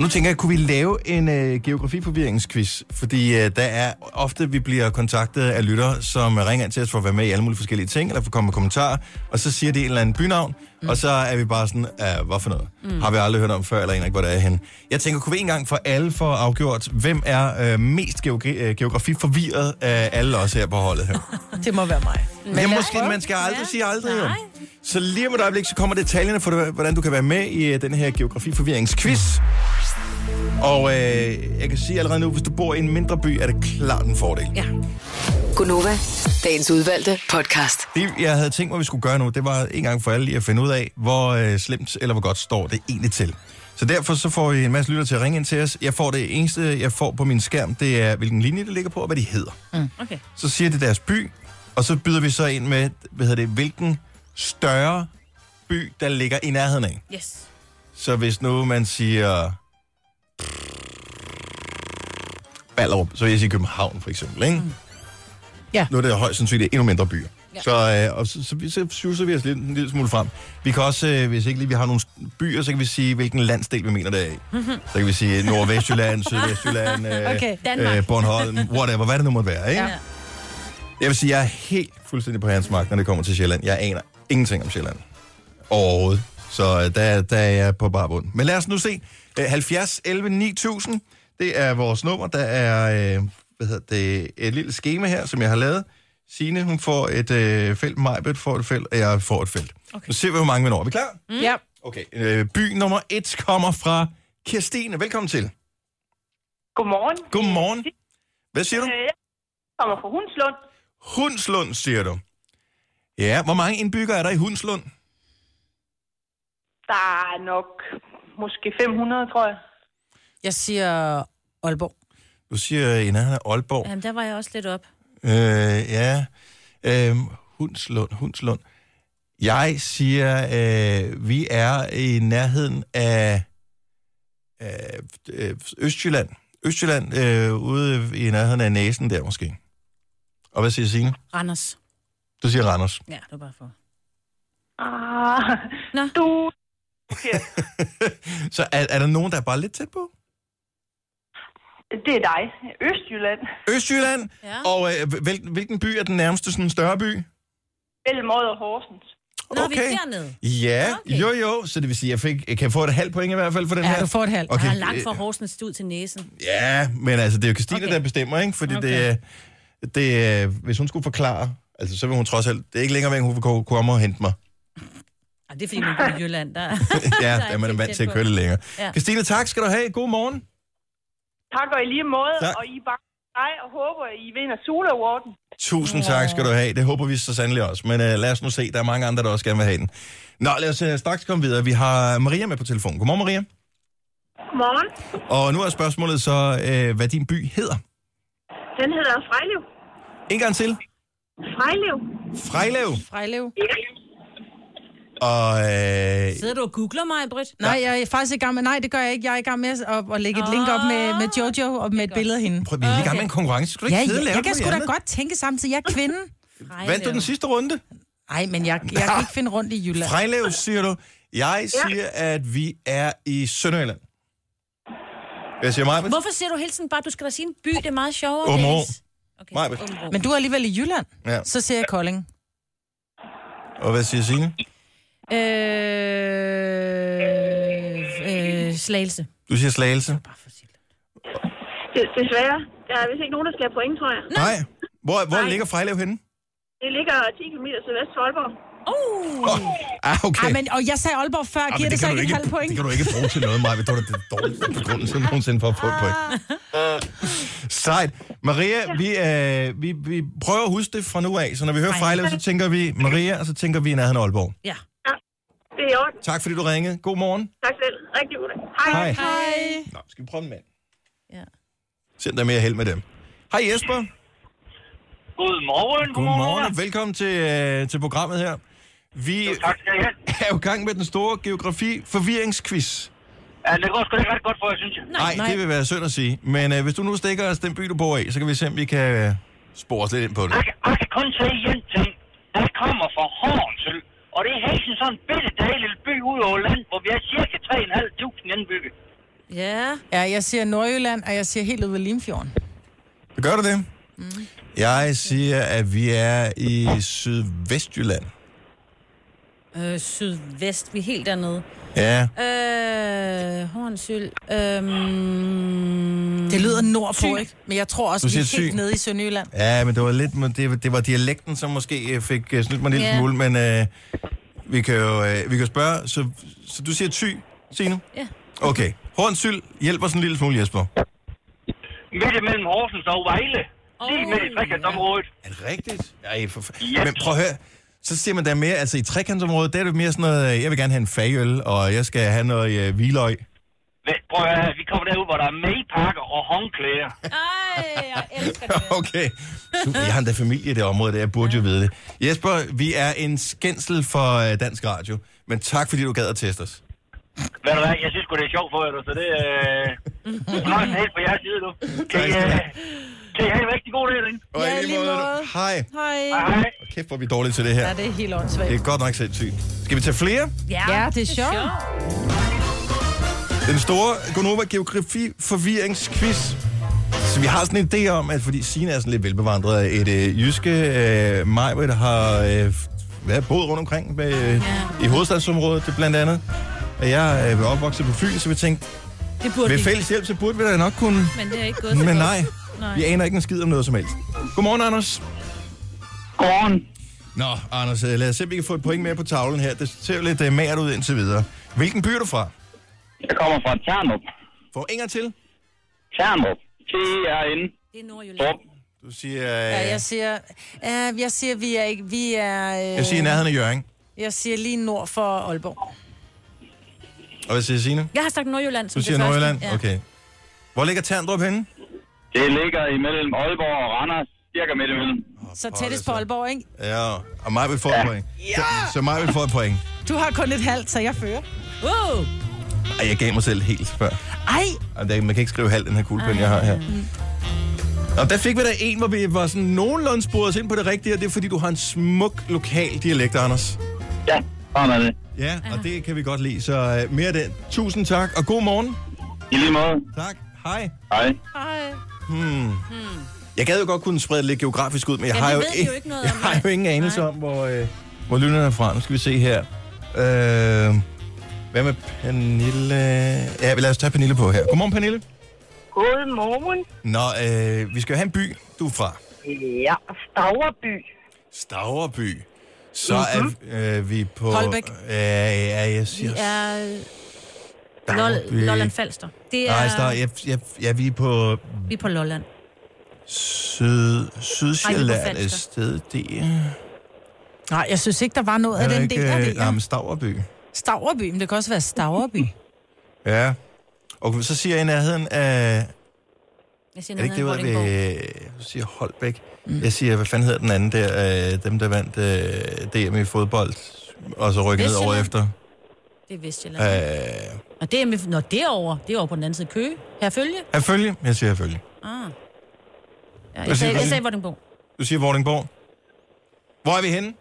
S1: nu tænker jeg, kunne vi lave en øh, geografiforvirringsquiz? Fordi øh, der er ofte, vi bliver kontaktet af lyttere, som ringer ind til os for at være med i alle mulige forskellige ting, eller for at komme med kommentarer, og så siger de en eller anden bynavn, mm. og så er vi bare sådan, "Ah, hvad for noget? Mm. Har vi aldrig hørt om før, eller aner ikke, hvor det er henne. Jeg tænker, kunne vi en gang for alle få afgjort, hvem er øh, mest geogra- øh, geografiforvirret af alle os her på holdet her?
S2: Det må være mig.
S1: Men ja, måske, man skal aldrig ja. sige aldrig, jo.
S3: Nej.
S1: Så lige om et øjeblik, så kommer detaljerne for, hvordan du kan være med i øh, den her geografiforvirringsquiz. Og øh, jeg kan sige allerede nu, hvis du bor i en mindre by, er det klart en fordel.
S3: Ja.
S4: Gunova, dagens udvalgte podcast.
S1: Det, jeg havde tænkt mig, vi skulle gøre nu, det var en gang for alle lige at finde ud af, hvor øh, slemt eller hvor godt står det egentlig til. Så derfor så får vi en masse lytter til at ringe ind til os. Jeg får det eneste, jeg får på min skærm, det er, hvilken linje det ligger på, og hvad de hedder.
S3: Okay.
S1: Så siger det deres by, og så byder vi så ind med, hvad hedder det, hvilken større by, der ligger i nærheden af.
S3: Yes.
S1: Så hvis nu man siger... Ballerup, så vil jeg sige København for eksempel, ikke? Mm.
S2: Ja.
S1: Nu er det højst sandsynligt endnu mindre byer. Ja. Så, øh, og så, så, vi- så suser vi os lidt, en lille smule frem. Vi kan også, øh, hvis ikke lige vi har nogle byer, så kan vi sige, hvilken landsdel vi mener det er i. Så kan vi sige Nord- og Vestjylland, Sydvestjylland, øh,
S2: Okay,
S3: Danmark.
S1: øh, Bornholm, whatever, hvad det nu måtte være. Ikke?
S3: Ja.
S1: Ja. Jeg vil sige, jeg er helt fuldstændig på hans mark, når det kommer til Sjælland. Jeg aner ingenting om Sjælland. Overhovedet. Så øh, der, der er jeg på bare bund. Men lad os nu se. Øh, 70 11 9000, det er vores nummer. Der er øh, hvad hedder det, et lille schema her, som jeg har lavet. Signe, hun får et øh, felt, Majbet får et felt, og jeg får et felt. Okay. Nu ser vi, hvor mange vi når. Er vi klar?
S2: Mm. Ja.
S1: Okay. Øh, by nummer et kommer fra Kirstine. Velkommen til.
S6: Godmorgen.
S1: Godmorgen. Hvad siger du?
S6: Øh, Jeg kommer fra Hundslund.
S1: Hundslund, siger du. Ja, hvor mange indbyggere er der i Hundslund?
S6: Der er nok måske 500, tror jeg.
S2: Jeg siger Aalborg.
S1: Du siger, i nærheden af Aalborg.
S3: Jamen, der var jeg også lidt op.
S1: Øh, ja. Øh, Hundslund, Hundslund. Jeg siger, øh, vi er i nærheden af øh, øh, Østjylland. Østjylland øh, ude i nærheden af næsen der måske. Og hvad siger Signe?
S3: Randers.
S1: Du siger Randers.
S3: Ja, det var bare for.
S6: Ah,
S3: Nå.
S6: du...
S1: Så er, er der nogen, der er bare lidt tæt på?
S6: Det er dig. Østjylland.
S1: Østjylland?
S3: Ja.
S1: Og øh, hvil, hvilken by er den nærmeste sådan større by?
S6: Mellem Odder og Horsens.
S3: Nå, vi er dernede.
S1: Ja,
S3: Okay.
S1: jo jo, så det vil sige, at jeg fik, jeg kan få et halvt point i hvert fald for den her.
S2: Ja, du får et halvt.
S3: Okay.
S1: Okay,
S3: Han er langt fra
S1: øh,
S3: Horsens ud til næsen.
S1: Ja, men altså, det er jo Christina, okay.
S3: Okay.
S1: der bestemmer, ikke? Fordi okay.
S3: Okay.
S1: det, det, øh, hvis hun skulle forklare, altså, så vil hun trods alt, det er ikke længere, væk, hun vil kunne komme og hente mig.
S3: Ej, det er fordi, man er i Jylland. Der.
S1: ja,
S3: er
S1: der er man
S3: ikke
S1: vant
S3: tæt
S1: til at
S3: på.
S1: køre lidt længere. Ja.
S3: Ja.
S1: Christina, tak skal du have. God morgen.
S6: Tak og i lige måde,
S1: Tak.
S6: tak. og I er bare dig og håber, I vinder Sula Awarden.
S1: Tusind ja. tak skal du have. Det håber vi så sandelig også. Men uh, lad os nu se, der er mange andre, der også gerne vil have den. Nå, lad os uh, straks komme videre. Vi har Maria med på telefonen. Godmorgen, Maria.
S6: Godmorgen.
S1: Og nu er spørgsmålet så, uh, hvad din by hedder.
S6: Den hedder Frejlev.
S1: En gang til.
S6: Frejlev.
S1: Frejlev.
S2: Frejlev.
S1: Og øh,
S3: Sidder du og googler mig, Britt?
S2: Nej, jeg er faktisk i gang med... Nej, det gør jeg ikke. Jeg er i gang med at, at lægge et link op med, med Jojo og med et billede af hende.
S1: prøv, vi Ah. er lige i gang med en konkurrence. Skal du ikke
S2: Ja,
S1: sidde og
S2: jeg,
S1: lave
S2: jeg kan
S1: noget
S2: sgu da
S1: andet?
S2: godt tænke samtidig. Jeg er kvinde.
S1: Vandt du den sidste runde?
S2: Nej, men jeg, jeg kan ikke finde rundt i Jylland.
S1: Frejlev, siger du. Jeg siger, at vi er i Sønderjylland. Hvad siger Majbet?
S3: Hvorfor siger du hele tiden bare, at du skal da sige en by? Det er meget sjovere.
S1: Åbenrå.
S3: Dennis. Okay.
S1: Majbrit.
S3: Åbenrå.
S2: Men du er alligevel i Jylland.
S1: Ja.
S2: Så siger jeg Kolding.
S1: Og hvad siger Signe?
S3: Øh, øh, slagelse.
S1: Du siger Slagelse.
S6: Desværre. Der er vist ikke nogen, der skal have point, tror jeg.
S1: Nej. Hvor, hvor ligger Frejlev henne?
S6: Det ligger 10 km sydvest for Aalborg.
S1: Oh, ah, okay.
S2: Ej, men, og jeg sagde Aalborg før.
S1: Ah,
S2: Giver
S1: men
S2: det så
S1: kan
S2: ikke
S1: du
S2: et halvt point?
S1: Det kan du ikke bruge til noget, Maja. Det var da den dårligste begrundelse nogensinde for at få et point.
S2: Ah.
S1: Sejt. Maria, vi, øh, vi, vi prøver at huske det fra nu af. Så når vi hører Frejlev, så tænker vi Maria, og så tænker vi i nærheden af Aalborg.
S3: Ja.
S6: Det er i orden.
S1: Tak fordi du ringede. God morgen.
S6: Tak selv. Rigtig god dag. Hej.
S1: Hej. Nå, skal vi prøve en mand?
S3: Ja.
S1: Se, om der er mere held med dem. Hej Jesper.
S8: Godmorgen.
S1: Godmorgen og velkommen til, øh, til programmet her. Vi
S8: Tak skal I have.
S1: er jo i gang med den store geografi-forvirringsquiz.
S8: Ja, det går sgu ikke ret godt for, jeg synes jeg.
S1: Nej, det vil være synd at sige. Men øh, hvis du nu stikker os den by, du bor i, så kan vi se, om vi kan øh, spore os lidt ind på det.
S8: Jeg, kan- jeg kan kun sige én ting. Jeg kommer fra Hornsøl, og det er helt sådan en bitte dejlig by ude over land, hvor vi er cirka 3.500 indbyggere.
S3: Ja.
S2: Ja, jeg siger Nordjylland, og jeg siger helt ude ved Limfjorden.
S1: Så gør du det? Mm. Jeg siger, at vi er i Sydvestjylland.
S3: Øh, sydvest, vi er helt dernede.
S1: Ja.
S3: Øh, Hornsyld. Øhm,
S2: Det lyder nordpå, ikke? Men jeg tror også,
S1: Du
S2: vi
S1: siger
S2: er helt
S1: Thy.
S2: nede i Sønderjylland.
S1: Ja, men det var lidt, men det, det var dialekten, som måske øh, fik øh, snydt mig en lille
S3: Ja.
S1: smule, men øh, vi kan jo øh, vi kan jo spørge, så, så du siger ty, Signe?
S3: Ja.
S1: Okay. Hornsyld hjælper sådan en lille smule, Jesper.
S8: Midt imellem Horsens og Vejle. Lige
S3: Åh,
S8: midt i trekantsområdet.
S1: Er det rigtigt? Ej, for f-
S8: Yes.
S1: Men prøv at høre, så siger man der mere, altså i trekantsområdet, der er det mere sådan noget, øh, jeg vil gerne have en fagøl, og jeg skal have noget øh, hviløg.
S8: Men Prøv at høre, vi kommer derud, hvor der er madpakker og håndklæder.
S3: Ej, jeg elsker det.
S1: Okay. Super, jeg har endda familie i det område, der jeg burde jo vide det. Jesper, vi er en skændsel for øh, Dansk Radio, men tak fordi du gad at teste os.
S8: Ved du hvad, jeg synes sgu, det er sjovt for jer, du, så det øh, er øh, helt på jeres side, du. Kan I, øh, kan I have en rigtig god dag derinde?
S1: Og
S2: Ja, i lige
S1: du.
S2: måde.
S1: Hej.
S8: Hej,
S2: Hej.
S8: hej.
S1: Og Kæft, hvor er vi dårlige til det her.
S2: Ja, det er helt åndssvagt.
S1: Det er godt nok sindssygt. Skal vi tage flere?
S2: Ja, det er sjovt.
S1: Den store Gonova Geografi Forvirringsquiz. Så vi har sådan en idé om, at fordi Sina er sådan lidt velbevandret af et øh, jyske, øh, Majbrit har øh, været boet rundt omkring med, øh, i hovedstadsområdet det blandt andet. Og jeg øh, er opvokset på Fyn, så vi tænkte,
S3: Det burde
S1: ved
S3: vi,
S1: fælles hjælp, så burde vi da nok kunne.
S3: men det er ikke gået så
S1: Men
S3: godt.
S1: nej,
S3: Nej.
S1: vi aner ikke en skid om noget som helst. Godmorgen, Anders.
S8: Godmorgen.
S1: Nå, Anders, øh, lad os se, om vi kan få et point med på tavlen her. Det ser jo lidt øh, mært ud indtil videre. Hvilken by er du fra?
S8: Jeg kommer fra Ternup.
S1: Får Inger til?
S8: Ternup. T-E-R-N.
S3: Det er Nordjylland.
S8: Torp.
S1: Du siger... Øh,
S2: Ja, jeg siger, øh, jeg siger, vi er ikke, vi er, øh,
S1: Jeg siger i nærheden af Jørgen.
S2: jeg siger lige nord for Aalborg.
S1: Og hvad siger Signe?
S3: Jeg har sagt Nordjylland som
S1: Du siger
S3: det første.
S1: Nordjylland? Okay. Hvor ligger Terndrup henne?
S8: Det ligger imellem Aalborg og Randers. Cirka midt imellem.
S2: Så tættest på Aalborg, ikke?
S1: Ja, og mig vil få et point. Ja! Så, så mig vil få et point.
S2: Du har kun et halvt, så jeg fører.
S3: Wow.
S1: Ej, jeg gav mig selv helt før.
S2: Ej,
S1: Og det- Man kan ikke skrive halv den her kuglepen, jeg har her. Og der fik vi da en, hvor vi var sådan nogenlunde sporet os ind på det rigtige, og det er fordi, du har en smuk lokal dialekt, Anders.
S8: Ja, sådan er det.
S1: Ja, og det kan vi godt lide, så øh, mere af det. Tusind tak, og god morgen.
S8: I lige måde.
S1: Tak. Hej.
S8: Hej.
S1: Jeg gad jo godt kunne sprede det lidt geografisk ud, men jeg
S3: Ja,
S1: har
S3: vi
S1: jo,
S3: ved
S1: ikke,
S3: jo ikke noget
S1: jeg
S3: om
S1: har
S3: det.
S1: jo ingen anelse om, hvor, øh, hvor lynerne er fra. Nu skal vi se her. Øh, hvad med Pernille? Ja, lad os tage Pernille på her. Godmorgen, Pernille.
S6: Godmorgen.
S1: Nå, øh, vi skal jo have en by, du er fra.
S6: Ja, Stavreby.
S1: Stavreby. Så er øh, vi på...
S2: Mhm. Holbæk.
S1: Ja, ja, jeg siger...
S3: Det er
S1: Stavreby.
S3: Lol- Lolland Falster. Det er,
S1: Nej, Star, jeg, jeg, ja, vi er på
S3: vi er på Lolland.
S1: syd, Sydsjælland et
S3: Falster.
S1: sted. Det er,
S2: nej, jeg synes ikke, der var noget af
S1: er
S2: den
S1: ikke...
S2: del af
S1: øh,
S2: det.
S1: Nej,
S2: Ja.
S1: men Stavreby.
S2: Stavreby, men det kan også være Stavreby.
S1: Ja. Og så siger jeg i nærheden af...
S3: Jeg siger
S1: Er det ikke
S3: noget
S1: det,
S3: med
S1: hvor ved...
S3: Vordingborg.
S1: Jeg siger Holbæk. Mm. Jeg siger, hvad fanden hedder den anden der? Øh, dem, der vandt øh, DM i fodbold, og så rykkede ned over efter.
S3: Det er Vestjylland. Øh.
S1: Øh,
S3: Og det er, med- nå, det er over. Det er over på den anden side af Køge. Herfølge.
S1: herfølge? Jeg siger herfølge.
S3: Ah. Ja,
S1: Hvad siger
S3: jeg, sagde,
S1: du?
S3: jeg sagde Vordingborg.
S1: Du siger Vordingborg. Hvor er vi henne,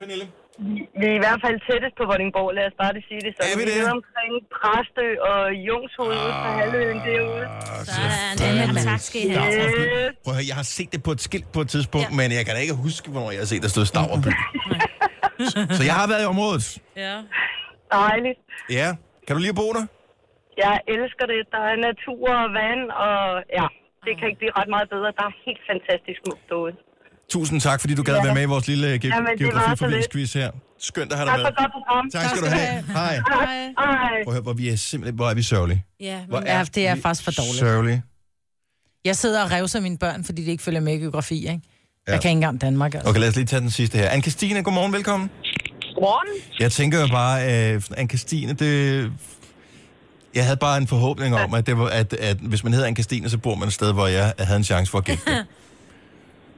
S1: Pernille?
S6: Vi er i hvert fald tættest på Vordingborg, lad os bare lige sige det. Så
S1: Er vi det? Ah.
S6: nede omkring Præstø og Jungshoved ude på halvøen derude.
S3: Sådan. Ja, tak skal I have.
S6: Yes.
S1: Prøv at høre, jeg har set det på et skilt på et tidspunkt, ja. men
S3: Ja.
S1: jeg kan da ikke huske, hvornår jeg har set, der stod Stavreby. så jeg har været i området.
S3: Ja.
S6: Dejligt.
S1: Ja. Kan du lige bo der?
S6: Jeg elsker det. Der er natur og vand, og ja, det kan ikke blive ret meget bedre. Der er helt fantastisk smukt derude.
S1: Tusind tak, fordi du gad at være med i vores lille øh, ge-
S6: Jamen, det var så
S1: geografiforvirringsquiz her. Skønt at have
S6: Tak
S1: dig med.
S6: for godt program.
S1: Tak skal du have. Hej.
S6: Hej.
S1: Prøv at høre, hvor vi er simpelthen, hvor er vi sørgelige.
S3: Ja,
S1: Hvor
S3: men,
S2: Ja, det er faktisk for dårligt.
S1: Sørgelige.
S2: Jeg sidder og revser mine børn, fordi de ikke følger med i geografi, ikke?
S1: Ja.
S2: Jeg kan ikke engang Danmark, altså.
S1: Okay, lad os lige tage den sidste her. anne Christine, godmorgen, velkommen.
S6: Godmorgen.
S1: Jeg tænker jo bare, øh, anne Christine, det... Jeg havde bare en forhåbning om, at, det var, at, at hvis man hedder anne Christine, så bor man et sted, hvor jeg havde en chance for at gætte det.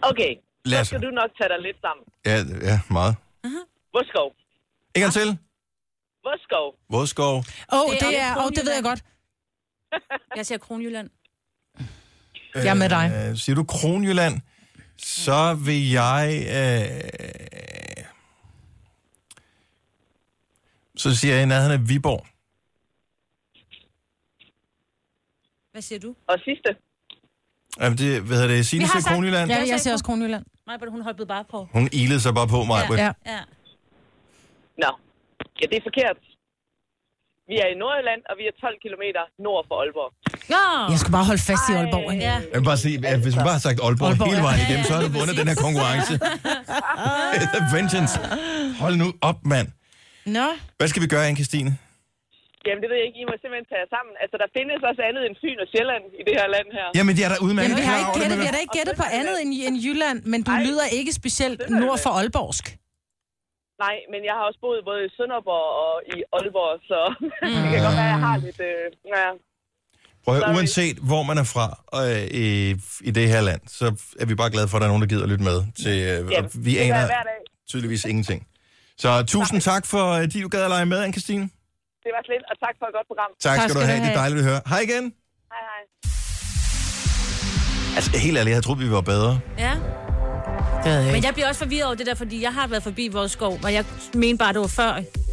S6: Okay,
S1: Lad
S6: så
S1: os.
S6: skal du nok tage dig lidt sammen.
S1: Ja, ja, meget.
S6: Voskov.
S1: En gang til.
S6: Voskov.
S1: Vådskov.
S2: Åh, oh,
S3: Det er
S2: det er,
S3: oppe på
S2: åh, oh, det ved jeg godt.
S3: Jeg siger Kronjylland.
S2: Jeg er med dig.
S1: Øh, siger du Kronjylland, så vil jeg... Øh, så siger jeg i nærheden af Viborg.
S3: Hvad siger du?
S6: Og sidste.
S1: Jamen, det, hvad hedder det? Signe
S3: Vi har
S1: siger
S3: sagt-
S1: Kronjylland.
S2: Ja, jeg ser også Kronjylland.
S3: Nej, men hun hoppede bare på.
S1: Hun ilede sig bare på mig.
S3: Ja.
S1: Ja.
S2: Ja.
S3: Ja.
S6: Nå,
S9: Ja, det er forkert. Vi er i Nordjylland, og vi er 12 km nord for Aalborg.
S3: Nå!
S2: Jeg skulle bare holde fast i Aalborg, ikke?
S3: Ja.
S1: Jeg vil bare sige, at hvis man bare har sagt Aalborg, Aalborg
S2: Aalborg,
S1: hele vejen
S2: ja.
S1: igennem, så har du
S3: Ja, ja,
S1: vundet
S3: præcis.
S1: den her konkurrence. The vengeance. Hold nu op, mand.
S2: Nå,
S1: Hvad skal vi gøre, Anne-Kristine?
S9: Jamen, det ved jeg ikke. I må simpelthen tage jer sammen. Altså, der findes også andet end Fyn og Sjælland i det her land her.
S1: Jamen, det er da udmærket.
S2: Jamen, vi har
S1: klar over
S2: ikke
S1: det,
S2: gættet, vi
S1: men-
S2: har da ikke gættet på andet end, end Jylland, men du lyder ikke specielt nord for Aalborgsk.
S9: Nej, men jeg har også boet både i Sønderborg og i Aalborg, så
S1: Mm.
S9: det kan godt være, at jeg har lidt... Øh, ja.
S1: Prøv at høre,
S9: Sorry.
S1: uanset hvor man er fra øh, i, i det her land, så er vi bare glade for, at der er nogen, der gider at lytte med. Til, øh,
S9: Jamen,
S1: vi
S9: det gør
S1: aner
S9: jeg hver dag.
S1: tydeligvis ingenting. Så tusind tak for, at du gad at lege med, Anne-Kristine.
S9: Det var slet, og tak for et godt program.
S1: Tak, tak skal du have. Det er dejligt at høre. Hej igen.
S9: Hej, hej.
S1: Altså, helt ærligt, jeg troede, vi var bedre.
S3: ja.
S2: Det ved jeg
S3: Men
S2: ikke.
S3: jeg bliver også forvirret over det der, fordi jeg har været forbi vores skov, og jeg mente bare, det var før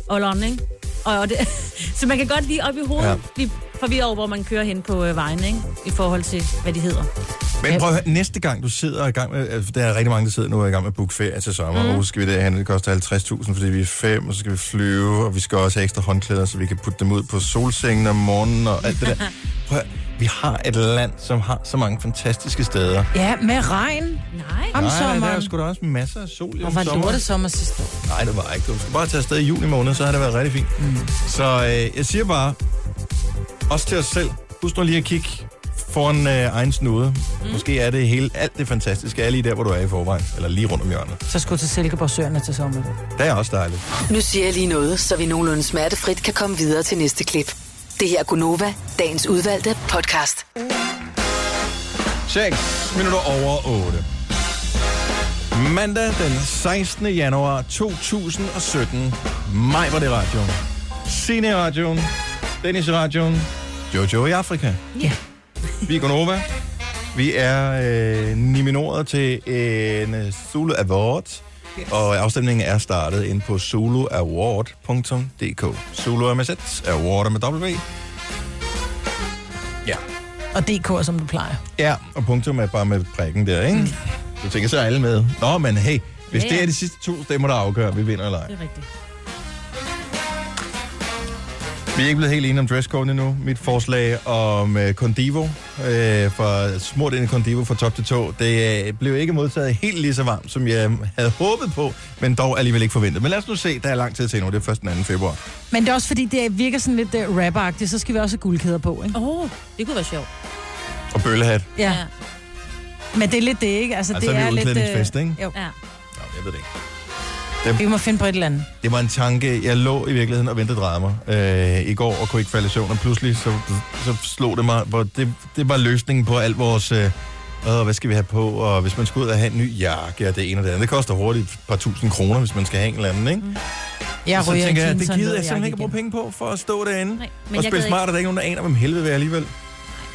S3: Ollon, ikke? Og, og det, så man kan godt lige op i hovedet
S1: Ja.
S3: ja. blive forvirret over, hvor man kører hen på øh, vejen, ikke? I forhold til, hvad de hedder.
S1: Men prøv at høre, næste gang du sidder i gang med, altså, der er rigtig mange, der sidder nu og er i gang med at booke ferie til sommer, mm. og så skal vi derhen, det koster 50.000, fordi vi er fem, og så skal vi flyve, og vi skal også have ekstra håndklæder, så vi kan putte dem ud på solsengen om morgenen og alt det der. Prøv at, høre, vi har et land, som har så mange fantastiske steder.
S2: Ja, med regn
S3: Nej.
S2: om
S1: Nej, der er
S2: sommeren.
S1: sgu da også masser af sol i
S2: Og var det
S1: sommeren.
S2: lortet sommer sidste år?
S1: Nej, det var ikke. Du skal bare tage afsted i juni måned, så har det været rigtig fint. Mm. Så øh, jeg siger bare, også til os selv, husk nu lige at kigge foran øh, egen snude. Mm. Måske er det hele, alt det fantastiske er lige der, hvor du er i forvejen, eller lige rundt om hjørnet.
S2: Så skulle jeg til Silkeborg Søerne til sommer.
S1: Det er også dejligt.
S4: Nu siger jeg lige noget, så vi nogenlunde smertefrit kan komme videre til næste klip. Det her er Gunova, dagens udvalgte podcast.
S1: 6 minutter over 8. Mandag den 16. januar 2017. Maj var det i radioen. Signe i radioen. Dennis i radioen. Jojo i Afrika. Ja. Vi er Gonova. Vi er øh, nomineret til en øh, Zulu Award. Yes. Og afstemningen er startet inde på soloaward.dk. Zulu med Z, Award med W. Ja.
S2: Og DK, er, som du plejer.
S1: Ja, og punktum er bare med prikken der, ikke? Så tænker jeg, så er alle med. Nå, men hey, hvis
S3: Mm. Ja,
S1: det
S3: ja.
S1: er de sidste to stemmer, der afgør, om vi vinder eller ej.
S3: Det er rigtigt.
S1: Vi er ikke blevet helt enige om dresscode endnu. Mit forslag om øh, Condivo, øh, fra smurt ind i Condivo fra top til tå, det øh, blev ikke modtaget helt lige så varmt, som jeg havde håbet på, men dog alligevel ikke forventet. Men lad os nu se, der er lang tid til nu. Det er først den 2. februar.
S2: Men det er også fordi, det virker sådan lidt uh, rapperagtigt, så skal vi også have guldkæder på, ikke?
S3: Åh, oh, det kunne være sjovt.
S1: Og bøllehat.
S2: Ja.
S3: Ja.
S2: Men det er lidt det, ikke? Altså,
S1: Altså,
S2: det
S1: vi er
S2: er lidt... øh,
S1: udklædningsfest, ikke?
S2: Jo,
S3: Ja.
S1: Nå, jeg ved det ikke.
S2: vi må finde på et eller andet.
S1: Det var en tanke, jeg lå i virkeligheden og ventede drejede mig øh, i går og kunne ikke falde i søvn, og pludselig så, så slog det mig, hvor det, det var løsningen på alt vores, øh, "Åh, hvad skal vi have på, og hvis man skal ud og have en ny jakke og det ene og det andet, det koster hurtigt et par tusind kroner, hvis man skal have en eller anden, ikke? Mm.
S2: Jeg
S1: så
S2: ryger
S1: tænker jeg,
S2: en
S1: det
S2: jeans og en
S1: gider jeg
S2: læderjakke
S1: simpelthen ikke at bruge penge
S2: igen.
S1: på for at stå derinde
S3: Nej, men
S1: og
S3: jeg
S1: spille
S3: gad
S1: smart, og der er ikke nogen, der aner, hvem helvede vi er alligevel.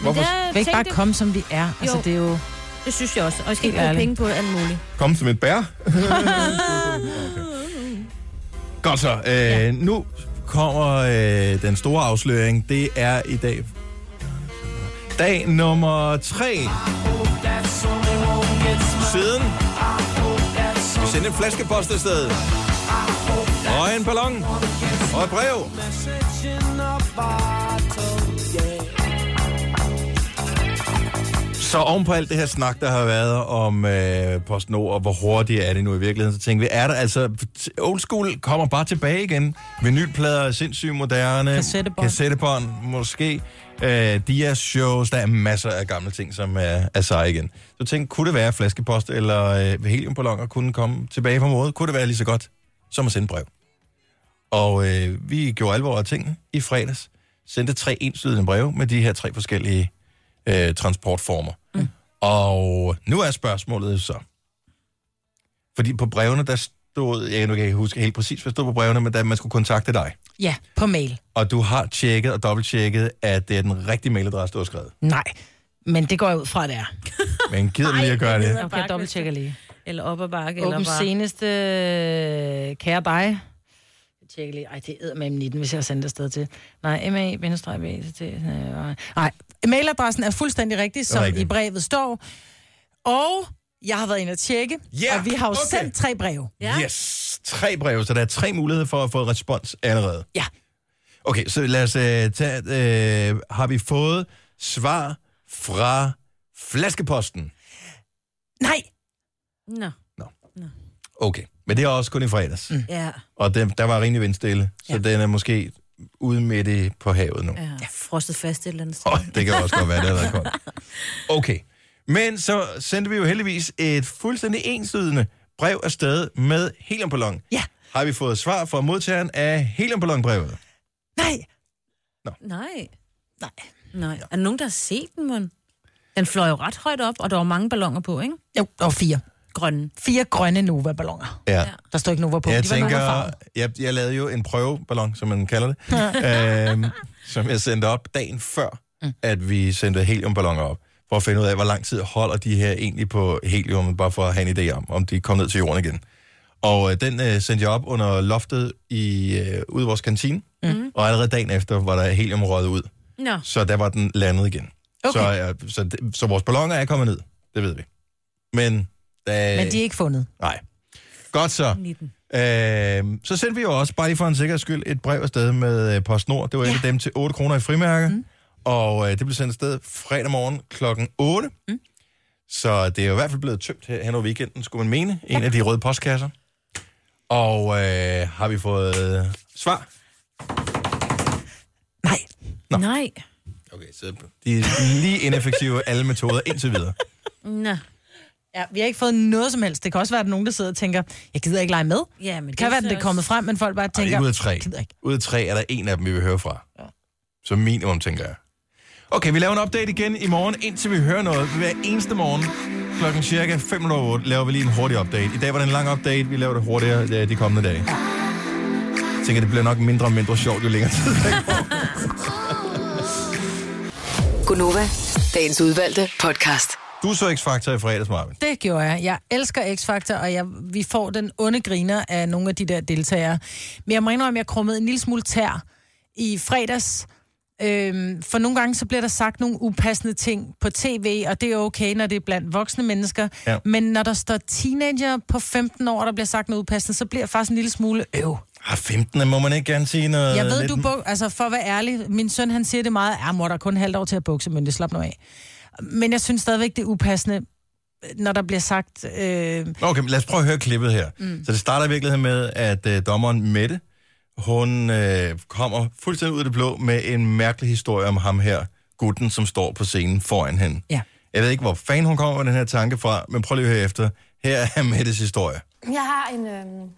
S1: Hvorfor?
S3: Men
S2: Vil ikke bare
S3: tænkte-
S2: komme, som vi er? Altså,
S3: Jo.
S2: det er jo...
S3: Det synes jeg også. Og jeg skal
S2: Helt
S3: ikke bruge
S2: ærligt.
S3: penge på alt muligt.
S1: Kom som et bær. okay. Godt så. Øh, ja. Nu kommer øh, den store afsløring. Det er i dag. Dag nummer tre. Siden. Vi sendte en flaskepost afsted. Og en ballon. Og et brev. Så oven på alt det her snak, der har været om øh, PostNord, og hvor hurtigt er det nu i virkeligheden, så tænker vi, er der altså... Old school kommer bare tilbage igen. Vinylplader er sindssygt moderne.
S2: Kassettebånd.
S1: Kassettebånd, måske. Øh, de er shows, der er masser af gamle ting, som er, er seje igen. Så tænk, kunne det være flaskepost eller øh, heliumballoner kunne komme tilbage på måde? Kunne det være lige så godt som at sende brev? Og øh, vi gjorde alvor af tingene i fredags. Sendte tre enslydende breve med de her tre forskellige øh, transportformer. Mm. Og nu er spørgsmålet så. Fordi på brevene, der stod, jeg nu kan jeg ikke huske helt præcis, hvad stod på brevene, men der, man skulle kontakte dig.
S2: Ja, på mail.
S1: Og du har tjekket og dobbelttjekket, at det er den rigtige mailadresse, du har skrevet.
S2: Nej. Men det går jeg ud fra, det er.
S1: Men gider du lige at gøre det?
S3: hedder-
S2: Okay, jeg dobbelttjekker lige.
S3: Eller op ad bakke.
S2: Åben
S3: eller bare...
S2: seneste øh, kære dig. Jeg tjekker lige. Ej, det er med 19, hvis jeg har sendt det afsted til. Nej, ma E. Nej, mailadressen er fuldstændig rigtig, som
S1: Rigtigt.
S2: i brevet står. Og Jeg har været inde og tjekke,
S1: Ja,
S2: og vi har jo
S1: okay.
S2: okay. sendt tre breve.
S3: Ja.
S1: Yes, tre breve, så der er tre muligheder for at få respons allerede.
S2: Ja.
S1: Okay, så lad os øh, tage... Øh, har vi fået svar fra flaskeposten?
S2: Nej,
S3: Nå.
S1: Okay, men det er også kun i fredags. Mm.
S3: Ja.
S1: Og den, der var rimelig vindstille, så ja.
S3: Ja.
S1: den er måske ude midt i, på havet nu. Ja.
S3: ja. Frostet fast et eller andet sted.
S1: Oh, det kan også godt være, det har været koldt. Okay, men så sendte vi jo heldigvis et fuldstændig enslydende brev afsted med heliumballon.
S2: Ja.
S1: Har vi fået svar fra modtageren af heliumballonbrevet?
S2: nej.
S3: Nej. Nej. Nej. Er der nogen, der har set den, mon? Den fløj jo ret højt op, og der var mange ballonger på, ikke?
S2: Jo, der var fire.
S3: Grønne.
S2: Fire grønne Nova-balloner.
S1: Ja.
S2: Der står ikke Nova på.
S1: Jeg
S2: de
S1: tænker,
S2: Nova
S1: jeg, jeg lavede jo en prøveballon, som man kalder det, øhm, som jeg sendte op dagen før,
S2: Mm.
S1: at vi sendte heliumballoner op, for at finde ud af, hvor lang tid holder de her egentlig på helium, bare for at have en idé om, om de kommer ned til jorden igen. Og øh, den øh, sendte jeg op under loftet i, øh, ude i vores kantine, mm. og allerede dagen efter var der helium røget ud,
S3: Nå.
S1: så der var den landet igen. Okay. Så, øh, så, det- så vores balloner er kommet ned, det ved vi. Men, der,
S10: Øh.
S2: Men de er ikke fundet.
S1: Nej. Godt så.
S3: 19.
S1: Øh, så sendte vi jo også, bare lige for en sikkerheds skyld, et brev afsted med øh, PostNord. Det var ja. dem til 8 kroner i frimærker. Mm. Og øh, det blev sendt afsted fredag morgen klokken 8. Mm. Så det er jo i hvert fald blevet tømt her hen over weekenden, skulle man mene. En af de røde postkasser. Og øh, har vi fået øh, svar?
S2: Nej.
S1: Nå.
S3: Nej.
S1: Okay, så de er lige ineffektive alle metoder indtil videre.
S3: Nå.
S2: Ja, vi har ikke fået noget som helst. Det kan også være, at der er nogen, der sidder og tænker, jeg gider ikke lege med.
S3: Ja, men
S2: Det kan være, at det er kommet frem, men folk bare
S1: Ej,
S2: tænker...
S1: ikke ud af tre.
S2: Gider ikke.
S1: Ud af tre er der en af dem, vi vil høre fra. Ja. Som minimum, tænker jeg. Okay, vi laver en update igen i morgen, indtil vi hører noget. Hver eneste morgen klokken cirka 5.08 laver vi lige en hurtig update. I dag var det en lang update, vi laver det hurtigere øh, de kommende dage. Jeg tænker, det bliver nok mindre og mindre sjovt, jo længere tid der går.
S4: Gunova, dagens udvalgte podcast.
S1: Du så X-Factor i fredags, Marvin.
S2: Det gjorde jeg. Jeg elsker X-Factor, og jeg, vi får den onde griner af nogle af de der deltagere. Men jeg må indrømme, at jeg krummede en lille smule tær i fredags. Øhm, for nogle gange, så bliver der sagt nogle upassende ting på tv, og det er okay, når det er blandt voksne mennesker.
S1: Ja.
S2: Ja. Men når der står teenager på 15 år, der bliver sagt noget upassende, så bliver jeg faktisk en lille smule øv.
S1: Ah, 15 må man ikke gerne sige noget.
S2: Jeg ved,
S1: Øh, lidt-
S2: du buk, altså for at være ærlig, min søn han siger det meget, er mor, der er kun halvt år til at bukse, men det slap nu af. Men jeg synes stadigvæk, det er upassende, når der bliver sagt, øh,
S1: Okay, men lad os prøve at høre klippet her. Mm. Så det starter i virkeligheden med, at øh, dommeren Mette, hun øh, kommer fuldstændig ud af det blå med en mærkelig historie om ham her, gutten, som står på scenen foran hende.
S2: Ja.
S1: Jeg ved ikke, hvor fanden hun kommer med den her tanke fra, men prøv lige at høre efter. Her er Mettes historie.
S11: Jeg har en, øhm,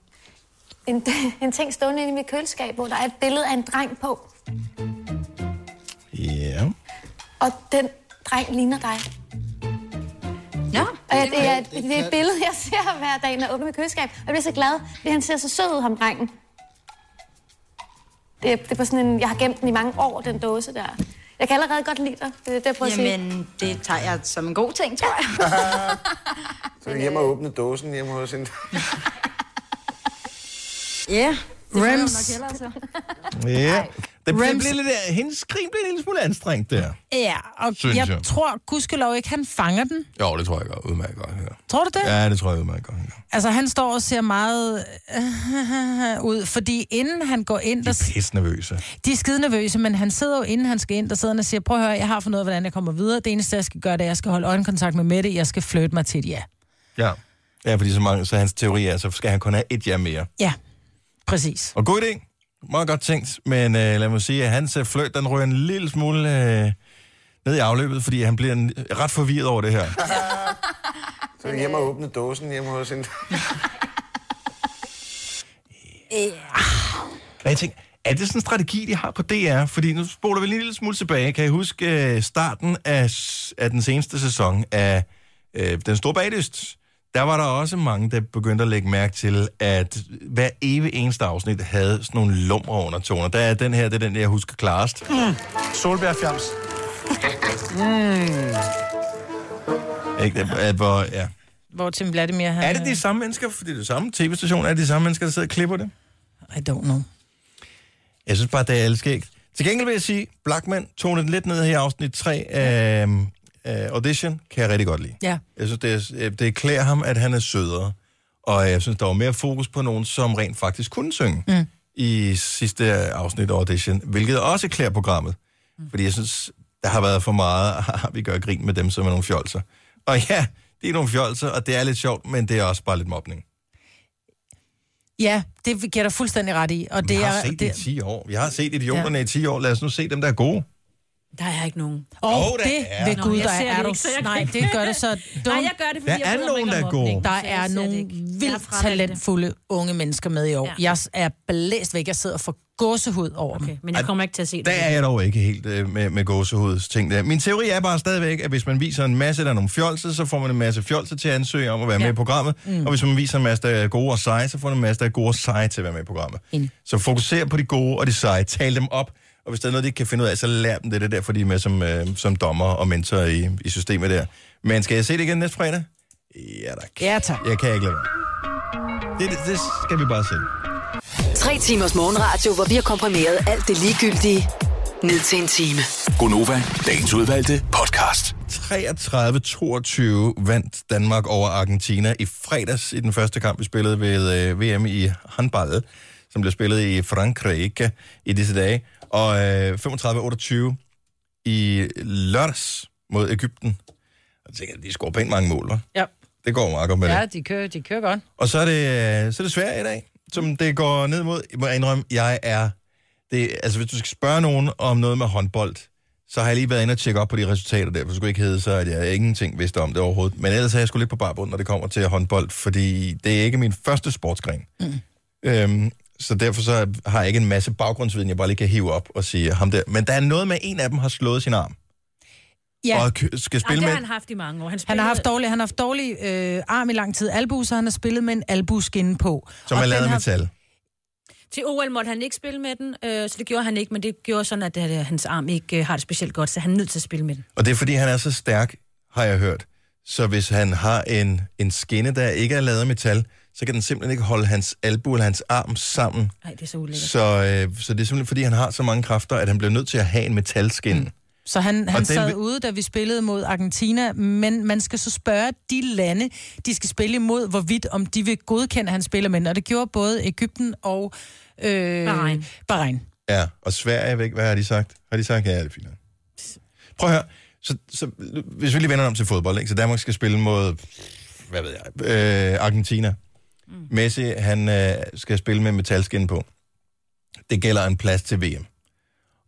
S11: en, en ting stående inde i mit køleskab, hvor der er et billede af en dreng på.
S1: Ja.
S11: Og den dreng ligner dig.
S3: Ja.
S11: Og jeg, det, er, et- det er et billede, jeg ser hver dag, når jeg åbner mit køleskab. Og jeg bliver så glad, fordi han ser så sød ud, ham drengen. Det, er- det er på sådan en... Jeg har gemt den i mange år, den dåse der. Jeg kan allerede godt lide dig. Det er det, jeg prøver at sige.
S12: Jamen, det tager jeg som en god ting, tror jeg.
S10: Så er vi hjemme og åbne dåsen hjemme hos hende.
S12: Ja.
S2: Rems.
S1: Ja. Det, det
S2: Rems-
S1: blev lidt, hendes skrin blev en lille smule anstrengt der.
S2: Ja, og
S1: Synes
S2: jeg,
S1: jeg.
S2: jeg tror gudskelov ikke, han fanger den.
S1: Jo, det tror jeg godt. Udmærket godt. Ja.
S2: Tror du det?
S1: Ja, det tror jeg udmærket godt. Ja.
S2: Altså, han står og ser meget øh, ud, fordi inden han går ind,
S1: De
S2: der,
S1: er pisse nervøse.
S2: de er skide nervøse, men han sidder jo, inden han skal ind, der sidder han og siger, prøv at høre, jeg har fundet ud af, hvordan jeg kommer videre. Det eneste, jeg skal gøre, det er, at jeg skal holde øjenkontakt med Mette, jeg skal flytte mig til et ja.
S1: Ja. Ja, fordi så, mange, så hans teori er, så skal han kun have et ja mere.
S2: Ja, præcis.
S1: Og god idé. Meget godt tænkt, men øh, lad mig sige, at hans øh, fløjt, den rører en lille smule øh, ned i afløbet, fordi han bliver en, øh, ret forvirret over det her.
S10: Så er vi hjemme og åbne dåsen hjemme hos hende.
S1: Og jeg tænker, er det sådan en strategi, de har på DR? Fordi nu spoler vi lige en lille smule tilbage. Kan I huske øh, starten af, s- af den seneste sæson af øh, Den Store Bagdyst? Der var der også mange, der begyndte at lægge mærke til, at hver evig eneste afsnit havde sådan nogle lumre undertoner. Der er den her, det er den, jeg husker klarest.
S10: Solbærfjams.
S1: Ikke? Det er, hvor, ja.
S2: Hvor Tim Vladimir, han...
S1: Er det de samme mennesker, fordi det er det samme tv-station, er det de samme mennesker, der sidder og klipper det?
S2: I don't know.
S1: Jeg synes bare, det er elskægt. Til gengæld vil jeg sige, Blackman tog den lidt ned her i afsnit 3 af, øh, audition kan jeg rigtig godt lide.
S2: Ja.
S1: Jeg synes, det, er, det klæder ham, at han er sødere. Og jeg synes, der var mere fokus på nogen, som rent faktisk kunne synge
S2: Mm.
S1: i sidste afsnit af Audition, hvilket også klæder programmet.
S2: Mm.
S1: Fordi jeg synes, der har været for meget, vi gør grin med dem, som er nogle fjolser. Og ja, det er nogle fjolser, og det er lidt sjovt, men det er også bare lidt mobning.
S2: Ja, det giver jeg dig fuldstændig ret i. Og
S1: Vi
S2: det
S1: har
S2: er,
S1: set det
S2: det,
S1: i 10 år. Vi har set idioterne ja. i 10 år. Lad os nu se dem, der er gode.
S3: Der er ikke nogen.
S2: Åh,
S1: Jo,
S2: oh,
S1: der
S2: det
S1: er.
S2: ved
S1: Nå,
S2: Gud,
S3: jeg
S2: der
S3: ser
S2: er,
S3: det
S2: er du.
S3: ikke, så jeg kan
S2: Nej,
S3: ikke-
S2: det gør det så.
S3: Nej, jeg gør det, fordi
S1: Der
S3: jeg
S1: er
S3: bryder mig
S1: nogen,
S3: ikke
S1: der
S3: om
S1: er
S3: mobning.
S1: gode.
S2: Der
S3: Så jeg
S2: er
S3: ser det
S2: nogle
S3: ikke. Jeg
S2: vildt
S3: fravælger det.
S2: talentfulde unge mennesker med i år.
S3: Ja.
S2: Ja. Jeg er blæst væk. Jeg sidder for gåsehud over okay, dem.
S3: Men jeg kommer ikke til at se det.
S1: Der er jeg dog ikke helt øh, med, med gåsehovedets ting der. Min teori er bare stadigvæk, at hvis man viser en masse, der er nogle fjolse, så får man en masse fjolse til at ansøge om at være ja. med i programmet. Mm. Og hvis man viser en masse, der er gode og seje, så får man en masse, der er gode og seje til at være med i programmet.
S2: Mm.
S1: Så fokuser på de gode og de seje. Tal dem op. Og hvis der er noget, de ikke kan finde ud af, så lær dem det. Det er derfor, de er med som, øh, som dommer og mentor i, i systemet der. Men skal jeg se det igen næste fredag? Ja tak.
S2: Ja tak.
S1: Jeg kan ikke lade være. Det, det, det skal vi bare se.
S4: Tre timers morgenradio, hvor vi har komprimeret alt det ligegyldige ned til en time.
S7: Gonova, dagens udvalgte podcast.
S1: 33-22 vandt Danmark over Argentina i fredags i den første kamp, vi spillede ved øh, VM i håndbold, som blev spillet i Frankrig i disse dage, og øh, 35-28 i lørdags mod Ægypten. Og Jeg tænker, de scorer pænt mange mål, hva'?
S2: Ja.
S1: Det går meget godt med det.
S2: Ja, de kører, de kører godt.
S1: Og så er det, øh, så er det Sverige i dag, som det går ned mod. Jeg må indrømme, jeg er... Det, altså, hvis du skal spørge nogen om noget med håndbold, så har jeg lige været inde og tjekke op på de resultater der, for det skulle ikke hedde sig, at jeg ingenting vidste om det overhovedet. Men ellers er jeg sgu lidt på barbund, når det kommer til håndbold, fordi det er ikke min første sportsgren.
S2: Mm.
S1: Øhm, så derfor så har jeg ikke en masse baggrundsviden, jeg bare lige kan hive op og sige ham der. Men der er noget med, at en af dem har slået sin arm.
S2: Ja.
S1: Og kø- skal
S3: Ej,
S1: spille
S3: det
S1: med...
S3: har han haft i mange år. Han,
S2: Han
S3: spillede-
S2: har haft dårlig, han har haft dårlig øh, arm i lang tid. Albu, så han har spillet med en albuskinne på.
S1: Som er
S2: Og
S1: lavet
S2: den
S1: af
S2: har-
S1: metal.
S3: Til OL måtte han ikke spille med den, øh, så det gjorde han ikke, men det gjorde sådan, at, at hans arm ikke øh, har det specielt godt, så han er nødt til at spille med den.
S1: Og det er, fordi han er så stærk, har jeg hørt. Så hvis han har en, en skinne, der ikke er lavet af metal, så kan den simpelthen ikke holde hans albu eller hans arm sammen.
S3: Nej, det er så ulækkert.
S1: Så, øh, så det er simpelthen, fordi han har så mange kræfter, at han bliver nødt til at have en metalskinne. Mm.
S2: Så han,
S1: Og
S2: han
S1: den
S2: sad
S1: vil-
S2: ude, da vi spillede mod Argentina, men man skal så spørge de lande, de skal spille imod, hvorvidt om de vil godkende, at han spiller med. Og det gjorde både Ægypten og øh,
S3: Bahrain.
S2: Bahrain.
S1: Ja, og Sverige er væk. Hvad har de sagt? Har de sagt, ja, det er fint. nok. Prøv at høre. Så, så, hvis vi lige vender om til fodbold, ikke? så Danmark skal spille mod, hvad ved jeg, øh, Argentina. Mm. Messi, han øh, skal spille med metalskin på. Det gælder en plads til VM.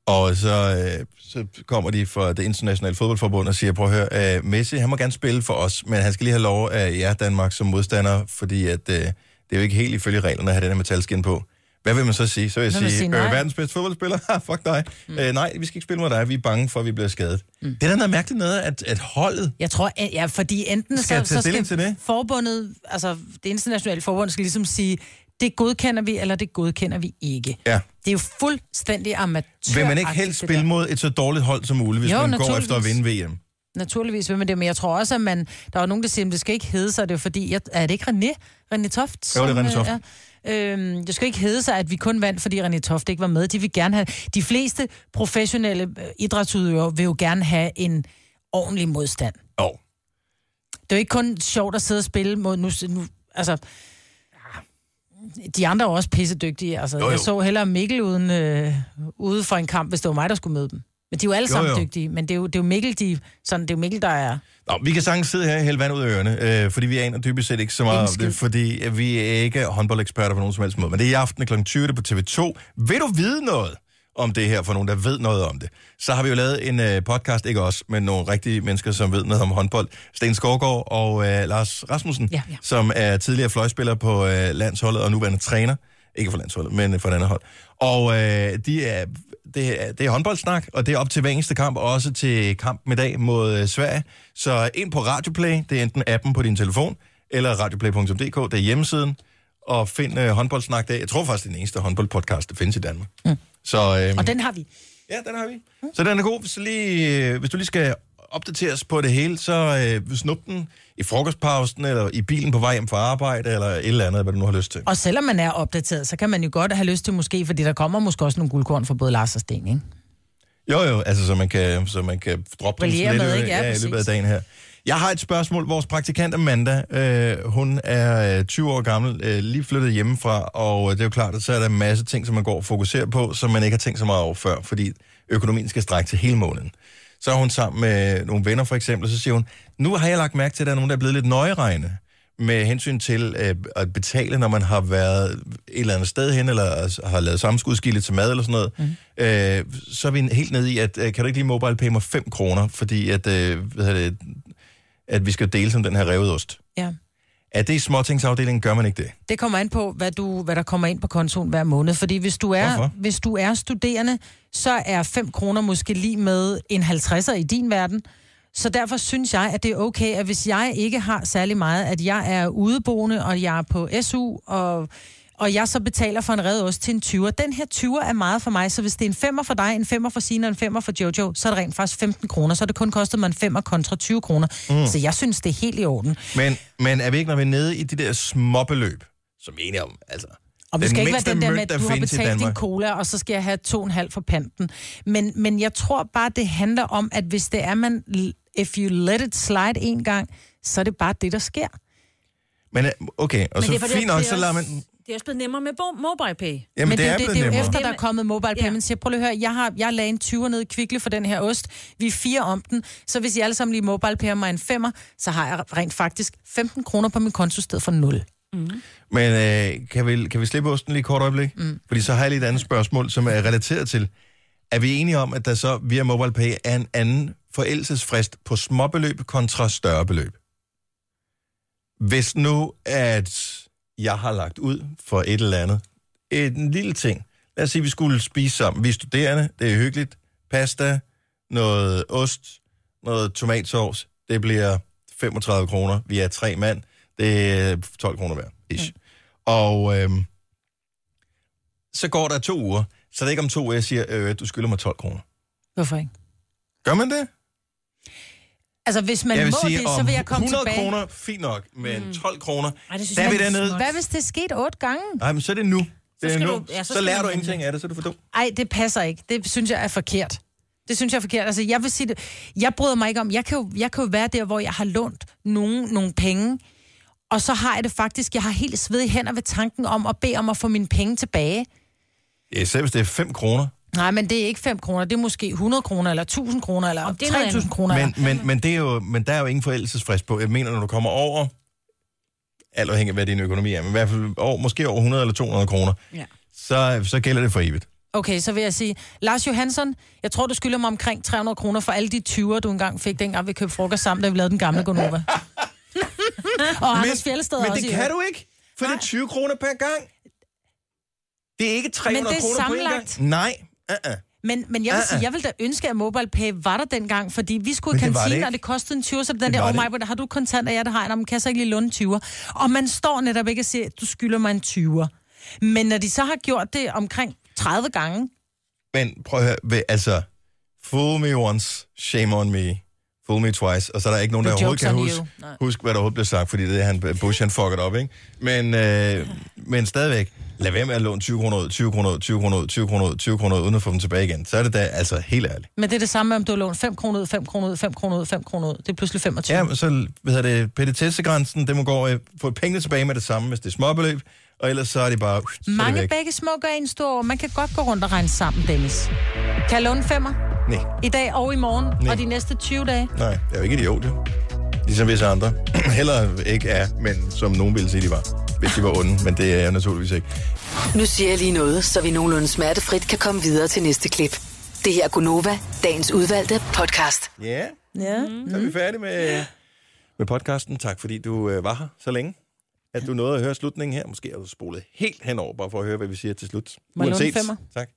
S1: Og så, øh, så kommer de fra det internationale fodboldforbund og siger, prøv at høre, øh, Messi, han må gerne spille for os, men han skal lige have lov af jer, Danmark, som modstander, fordi at, øh, det er jo ikke helt ifølge reglerne at have den her metalskin på. Hvad vil man så sige? Så vil jeg
S2: Hvad vil man
S1: sige,
S2: sige?
S1: øh,
S2: Nej.
S1: verdens bedste fodboldspiller, Ha, fuck dig. Mm. Øh, nej, vi skal ikke spille mod dig, vi er bange for, at vi bliver skadet. Mm. Det er da noget mærkeligt noget, at, at holdet...
S2: Jeg tror, at- ja, fordi enten
S1: Skal jeg
S2: så,
S1: tage
S2: så
S1: stilling til det?
S2: forbundet, altså det internationale forbund skal ligesom sige, det godkender vi, eller det godkender vi ikke.
S1: Ja.
S2: Det er jo fuldstændig amatør.
S1: Vil man ikke helst spille mod et så dårligt hold som muligt, hvis
S2: Jo,
S1: man går efter at
S2: naturligvis.
S1: vinde VM?
S2: Naturligvis vil man det, men jeg tror også, at man, der var nogen, der siger, at det skal ikke hedde sig, det er fordi, jeg, er det ikke René? René Toft?
S1: Jo, det er
S2: som,
S1: René Toft.
S2: øh, er? Øhm, det skal ikke hedde sig, at vi kun vandt, fordi René Toft ikke var med. De vil gerne have, de fleste professionelle øh, idrætsudøvere vil jo gerne have en ordentlig modstand.
S1: Jo.
S2: Det er jo ikke kun sjovt at sidde og spille mod nu, nu altså, de andre er også pissedygtige. Altså,
S1: Jo, jo.
S2: Jeg så hellere Mikkel uden, øh, ude for en kamp, hvis det var mig, der skulle møde dem. Men de er jo alle
S1: Jo,
S2: sammen
S1: jo.
S2: dygtige, men det er jo, det er jo Mikkel, de, sådan, det er jo Mikkel, der er...
S1: Nå, vi kan sagtens sidde her og hælde vand ud af ørerne, øh, fordi vi aner dybest set ikke så meget
S2: Ingen
S1: om
S2: skid.
S1: det, fordi øh, vi er ikke håndboldeksperter på nogen som helst måde. Men det er i aften kl. 20 det er på TV2. Vil du vide noget om det her, for nogen, der ved noget om det? Så har vi jo lavet en øh, podcast, ikke os, men nogle rigtige mennesker, som ved noget om håndbold. Sten Skovgaard og øh, Lars Rasmussen,
S2: Ja.
S1: som er tidligere fløjspiller på øh, landsholdet og nuværende træner. Ikke for landsholdet, men øh, for et andet hold. Og øh, de er, det, er, det er håndboldsnak, og det er op til hver eneste kamp, og også til kampen i dag mod øh, Sverige. Så ind på Radioplay, det er enten appen på din telefon, eller radioplay.dk, det er hjemmesiden, og find øh, håndboldsnak der. Jeg tror faktisk, det er den eneste håndboldpodcast, der findes i Danmark. Mm. Så, øh,
S2: Og den har vi.
S1: Ja, den har vi. så den er god. Så lige, øh, hvis du lige skal opdateres på det hele, så øh, snup den i frokostpausen, eller i bilen på vej hjem fra arbejde, eller et eller andet, hvad du nu har lyst til.
S2: Og selvom man er opdateret, så kan man jo godt have lyst til måske, fordi der kommer måske også nogle guldkorn fra både Lars og Sten, ikke?
S1: Jo, jo, altså så man kan, så man kan droppe den
S13: Brillere
S1: sådan
S13: med,
S1: lidt,
S13: ikke? Ja,
S1: ja, i løbet af
S13: præcis.
S1: dagen her. Jeg har et spørgsmål. Vores praktikant Amanda, øh, hun er øh, 20 år gammel, øh, lige flyttet hjemmefra, og øh, det er jo klart, at så er der en masse ting, som man går og fokuserer på, som man ikke har tænkt så meget over før, fordi økonomien skal strække til hele måneden. Så er hun sammen med nogle venner for eksempel, og så siger hun, nu har jeg lagt mærke til, at der er nogen, der er blevet lidt nøjeregne med hensyn til øh, at betale, når man har været et eller andet sted hen, eller har lavet sammenskudskilde til mad eller sådan noget,
S2: Mhm.
S1: mm. øh, så er vi helt nede i, at øh, kan du ikke lige mobile pay mig 5 kroner, fordi at, øh, hvad hedder det, at vi skal dele som den her revet ost.
S2: Ja.
S1: Er det i småtingsafdelingen, gør man ikke det?
S2: Det kommer an på, hvad, du, hvad der kommer ind på kontoen hver måned. Fordi hvis du er,
S1: Hvorfor?
S2: hvis du er studerende, så er 5 kroner måske lige med en 50'er i din verden. Så derfor synes jeg, at det er okay, at hvis jeg ikke har særlig meget, at jeg er udeboende, og jeg er på SU, og, og jeg så betaler for en redde ost til en 20'er. Den her 20'er er meget for mig, så hvis det er en 5'er for dig, en 5'er for Sina, og en 5'er for Jojo, så er det rent faktisk 15 kroner. Så har det kun kostet mig en 5'er kontra 20 kroner.
S1: Mm.
S2: Mm. Så jeg synes, det er helt i orden.
S1: Men, men er vi ikke, når vi er nede i de der småbeløb, som vi er enige om, altså...
S2: Og du
S1: den
S2: skal ikke være
S1: mindste
S2: den der
S1: mønt,
S2: med, at du har
S1: findes i
S2: betalt din
S1: Danmark.
S2: cola, og så skal jeg have to og en halv for panten. Men, men jeg tror bare, det handler om, at hvis det er, man... If you let it slide en gang, så er det bare det, der sker.
S1: Men øh, okay, og
S3: Men det er
S1: så
S3: fordi,
S1: fint
S3: det er
S1: nok, så lader man...
S3: også- Mm. Det er også blevet nemmere med bo- mobile pay.
S1: Jamen, det
S2: det, er
S1: er
S2: jo det,
S1: blevet
S2: det er jo
S1: nemmere.
S2: efter, der er kommet mobile payments. Jeg siger, prøv lige at høre, jeg, har, jeg lagde en 20'er ned i Kvickle for den her ost. Vi er fire om den. Så hvis I alle sammen lige mobile payer mig en femmer, så har jeg rent faktisk 15 kroner på min konto i stedet for 0.
S1: Men øh, kan, vi, kan vi slippe osten lige et kort øjeblik? Mm. Fordi så har jeg lige et andet spørgsmål, som er relateret til. Er vi enige om, at der så via MobilePay er en anden forældelsesfrist på småbeløb kontra større beløb? Hvis nu, at jeg har lagt ud for et eller andet, en lille ting. Lad os sige, at vi skulle spise sammen. Vi er studerende, det er hyggeligt. Pasta, noget ost, noget tomatsovs. Det bliver 35 kroner. Vi er tre mand. Det er 12 kroner hver. Ish. Mm. Og øhm, så går der to uger. Så det er ikke om to uger, jeg siger, øh, du skylder mig 12 kroner.
S2: Hvorfor ikke?
S1: Gør man det?
S2: Altså, hvis man
S1: jeg vil
S2: må
S1: sige,
S2: det,
S1: om
S2: så vil jeg komme
S1: 100
S2: tilbage.
S1: kroner, fint nok, men mm. 12 kroner, Ej,
S2: det
S1: der er vi dernede.
S2: Hvad hvis det er sket otte gange?
S1: Nej, men så er det nu. Det er
S2: skal
S1: nu.
S2: du- ja, så
S1: så,
S2: skal
S1: lærer
S2: du
S1: du
S2: handle.
S1: ingenting af det, så er du for dum.
S2: Ej, det passer ikke. Det synes jeg er forkert. Det synes jeg er forkert. Altså, jeg vil sige det. Jeg bryder mig ikke om. Jeg kan jo, jeg kan jo være der, hvor jeg har lånt nogen, nogle penge, og så har jeg det faktisk, jeg har helt sved i hænder ved tanken om at bede om at få mine penge tilbage.
S1: Ja, selv hvis det er 5 kroner.
S2: Nej, men det er ikke 5 kroner, det er måske 100 kroner, eller 1000 kroner, eller
S3: det er noget
S2: 3000 kroner.
S1: Men, men, men, det er jo, men der er jo ingen forældelsesfrist på. Jeg mener, når du kommer over, alt afhængig af, hvad din økonomi er, men i hvert fald over, måske over 100 eller 200 kroner,
S2: Ja.
S1: så, så gælder det for evigt.
S2: Okay, så vil jeg sige, Lars Johansson, jeg tror, du skylder mig omkring 300 kroner for alle de 20'er, du engang fik, dengang vi købte frokost sammen, da vi lavede den gamle Gonova. og Anders Fjellsted
S1: men
S2: også.
S1: det
S2: i
S1: kan
S2: øvrigt.
S1: du ikke, for det er 20 kroner per gang. Det er ikke 300
S2: Men det er
S1: kroner på en
S2: sammenlagt.
S1: gang. Nej, uh-uh.
S2: Men, men jeg vil
S1: Ah,
S2: sige,
S1: ah.
S2: jeg vil da ønske, at MobilePay var der dengang, fordi vi skulle i
S1: Men det var det
S2: kantinen,
S1: ikke.
S2: og det kostede en 20, så den
S1: Det
S2: der,
S1: var
S2: oh
S1: det
S2: my, God, har du kontant, og jeg det har, jeg, Nå, men kan jeg så ikke lige låne 20'er? Og man står netop ikke og siger, du skylder mig en 20'er. Men når de så har gjort det omkring 30 gange,
S1: Men prøv at høre, ved- altså, fool me once, shame on me, fool me twice, og så er der ikke nogen,
S2: The
S1: der overhovedet
S2: joke's
S1: kan
S2: on
S1: huske,
S2: you. Nej.
S1: huske, hvad der overhovedet blev sagt, fordi det er han, Bush, han fucked op, ikke? Men, øh, men stadigvæk, lad være med at låne 20 kroner ud, 20 kroner ud, 20 kroner ud, 20 kroner ud, 20 kroner ud, uden at få dem tilbage igen. Så er det da, altså, helt ærligt.
S2: men det er det samme med, om du har lånt 5 kroner ud, 5 kroner ud, 5 kroner ud, 5 kroner ud. Det er pludselig 25.
S1: Ja, men så, hvad hedder det, petitessegrænsen, det må gå over, øh, få pengene tilbage med det samme, hvis det er småbeløb, og ellers så er det bare, så er det
S2: Mange
S1: væk.
S2: begge små gør en stor, år. man kan godt gå rundt og regne sammen, Dennis. Kan jeg låne femmer?
S1: Nej,
S2: I dag og i morgen,
S1: Nej.
S2: og de næste 20 dage.
S1: nej, jeg er jo ikke idiot, jo. Ligesom visse andre. Heller ikke er, men som nogen ville sige, de var. Hvis de var onde, men det er jeg naturligvis ikke.
S4: Nu siger jeg lige noget, så vi nogenlunde smertefrit kan komme videre til næste klip. Det her er Gunova, dagens udvalgte podcast.
S1: Ja, yeah,
S2: Ja.
S1: så er vi færdige med, med podcasten. Tak fordi du øh, var her så længe, at du nåede at høre slutningen her. Måske har du spolet helt henover, bare for at høre, hvad vi siger til slut.
S2: Må jeg låne en femmer?
S1: Tak.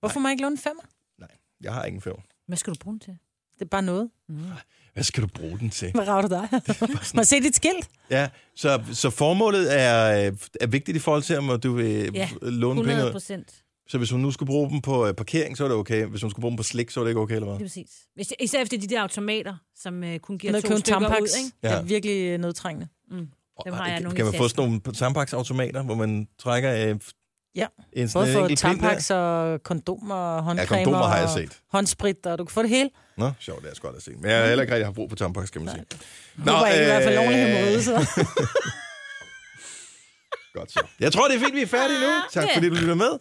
S2: Hvorfor må jeg ikke låne femmer?
S1: Jeg har ingen femmer.
S2: Hvad skal du bruge den til? Det er bare noget.
S1: Hvad skal du bruge den til?
S2: Hvad rager du dig? Må jeg se dit skilt?
S1: Ja, så, så formålet er, øh, er vigtigt i forhold til, om du vil ja,
S3: Ja,
S1: låne
S3: 100
S1: penge ud.
S3: procent.
S1: Så hvis hun nu skulle bruge dem på øh, parkering, så er det okay. Hvis hun skulle bruge dem på slik, så er det ikke okay, eller
S3: Det er
S1: hvad?
S3: præcis. Hvis, især efter de der automater, som uh, kun giver
S2: Ned
S3: to
S2: og købe
S3: stykker
S2: en tampaks.
S3: ud, ikke?
S1: Ja.
S2: Ja. Det er virkelig øh, nødtrængende.
S3: Mm. Dem har jeg nogle
S1: Kan
S3: i
S1: man få
S3: tasken.
S1: sådan nogle tampaksautomater, hvor man trækker øh,
S2: Ja,
S1: En
S2: en
S1: sådan
S2: både
S1: en
S2: få
S1: enkelt pind der?
S2: tampons og kondomer og håndcremer
S1: kondomer har jeg
S2: og
S1: set.
S2: håndsprit, og du kan få det hele.
S1: Nå, sjovt, det er sgu godt at se. Men jeg har heller ikke rigtig haft brug for tampons, kan man sige. Nå, øh.
S2: Håber jeg ikke i hvert fald lovlig hemorrhoide, så.
S1: Godt så. Jeg tror, det er fint, vi er færdige
S2: Ah,
S1: nu. Tak fordi du lytter med.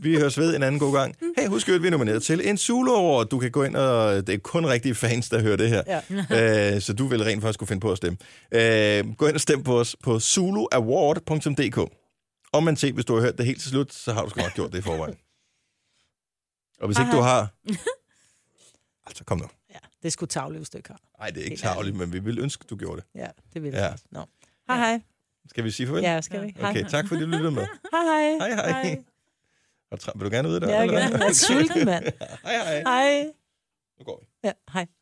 S1: Vi høres ved en anden god gang.
S2: Mm.
S1: Hey, husk at vi er nomineret til en Zulu Award. Du kan gå ind, og det er kun rigtige fans, der hører det her. Ja. Øh, så du vil rent faktisk kunne finde på at stemme. Øh, gå ind og stem på os på zuluaward.dk. Om man ser, hvis du har hørt det helt til slut, så har du sgu nok gjort det i forvejen. Og hvis ikke
S2: Aha.
S1: du har... Altså, kom nu.
S2: Det er sgu tavle, hvis du ikke har.
S1: Nej, det er ikke tageligt, men vi vil ønske, du gjorde det.
S2: Ja, det vil
S1: Ja.
S2: jeg. Ja. Nå. Hej hej.
S1: Skal vi sige farvel?
S2: Ja, skal vi. Hej.
S1: Okay, tak fordi du lyttede med.
S2: Hej hej.
S1: Hej, hej. Og tra- Vil du gerne ud af det?
S2: Ja, jeg
S1: eller
S2: er
S1: hvad?
S2: gerne. Jeg er sulten, mand.
S1: hej, hej.
S2: Hej.
S1: Nu går vi.
S2: Ja, hej.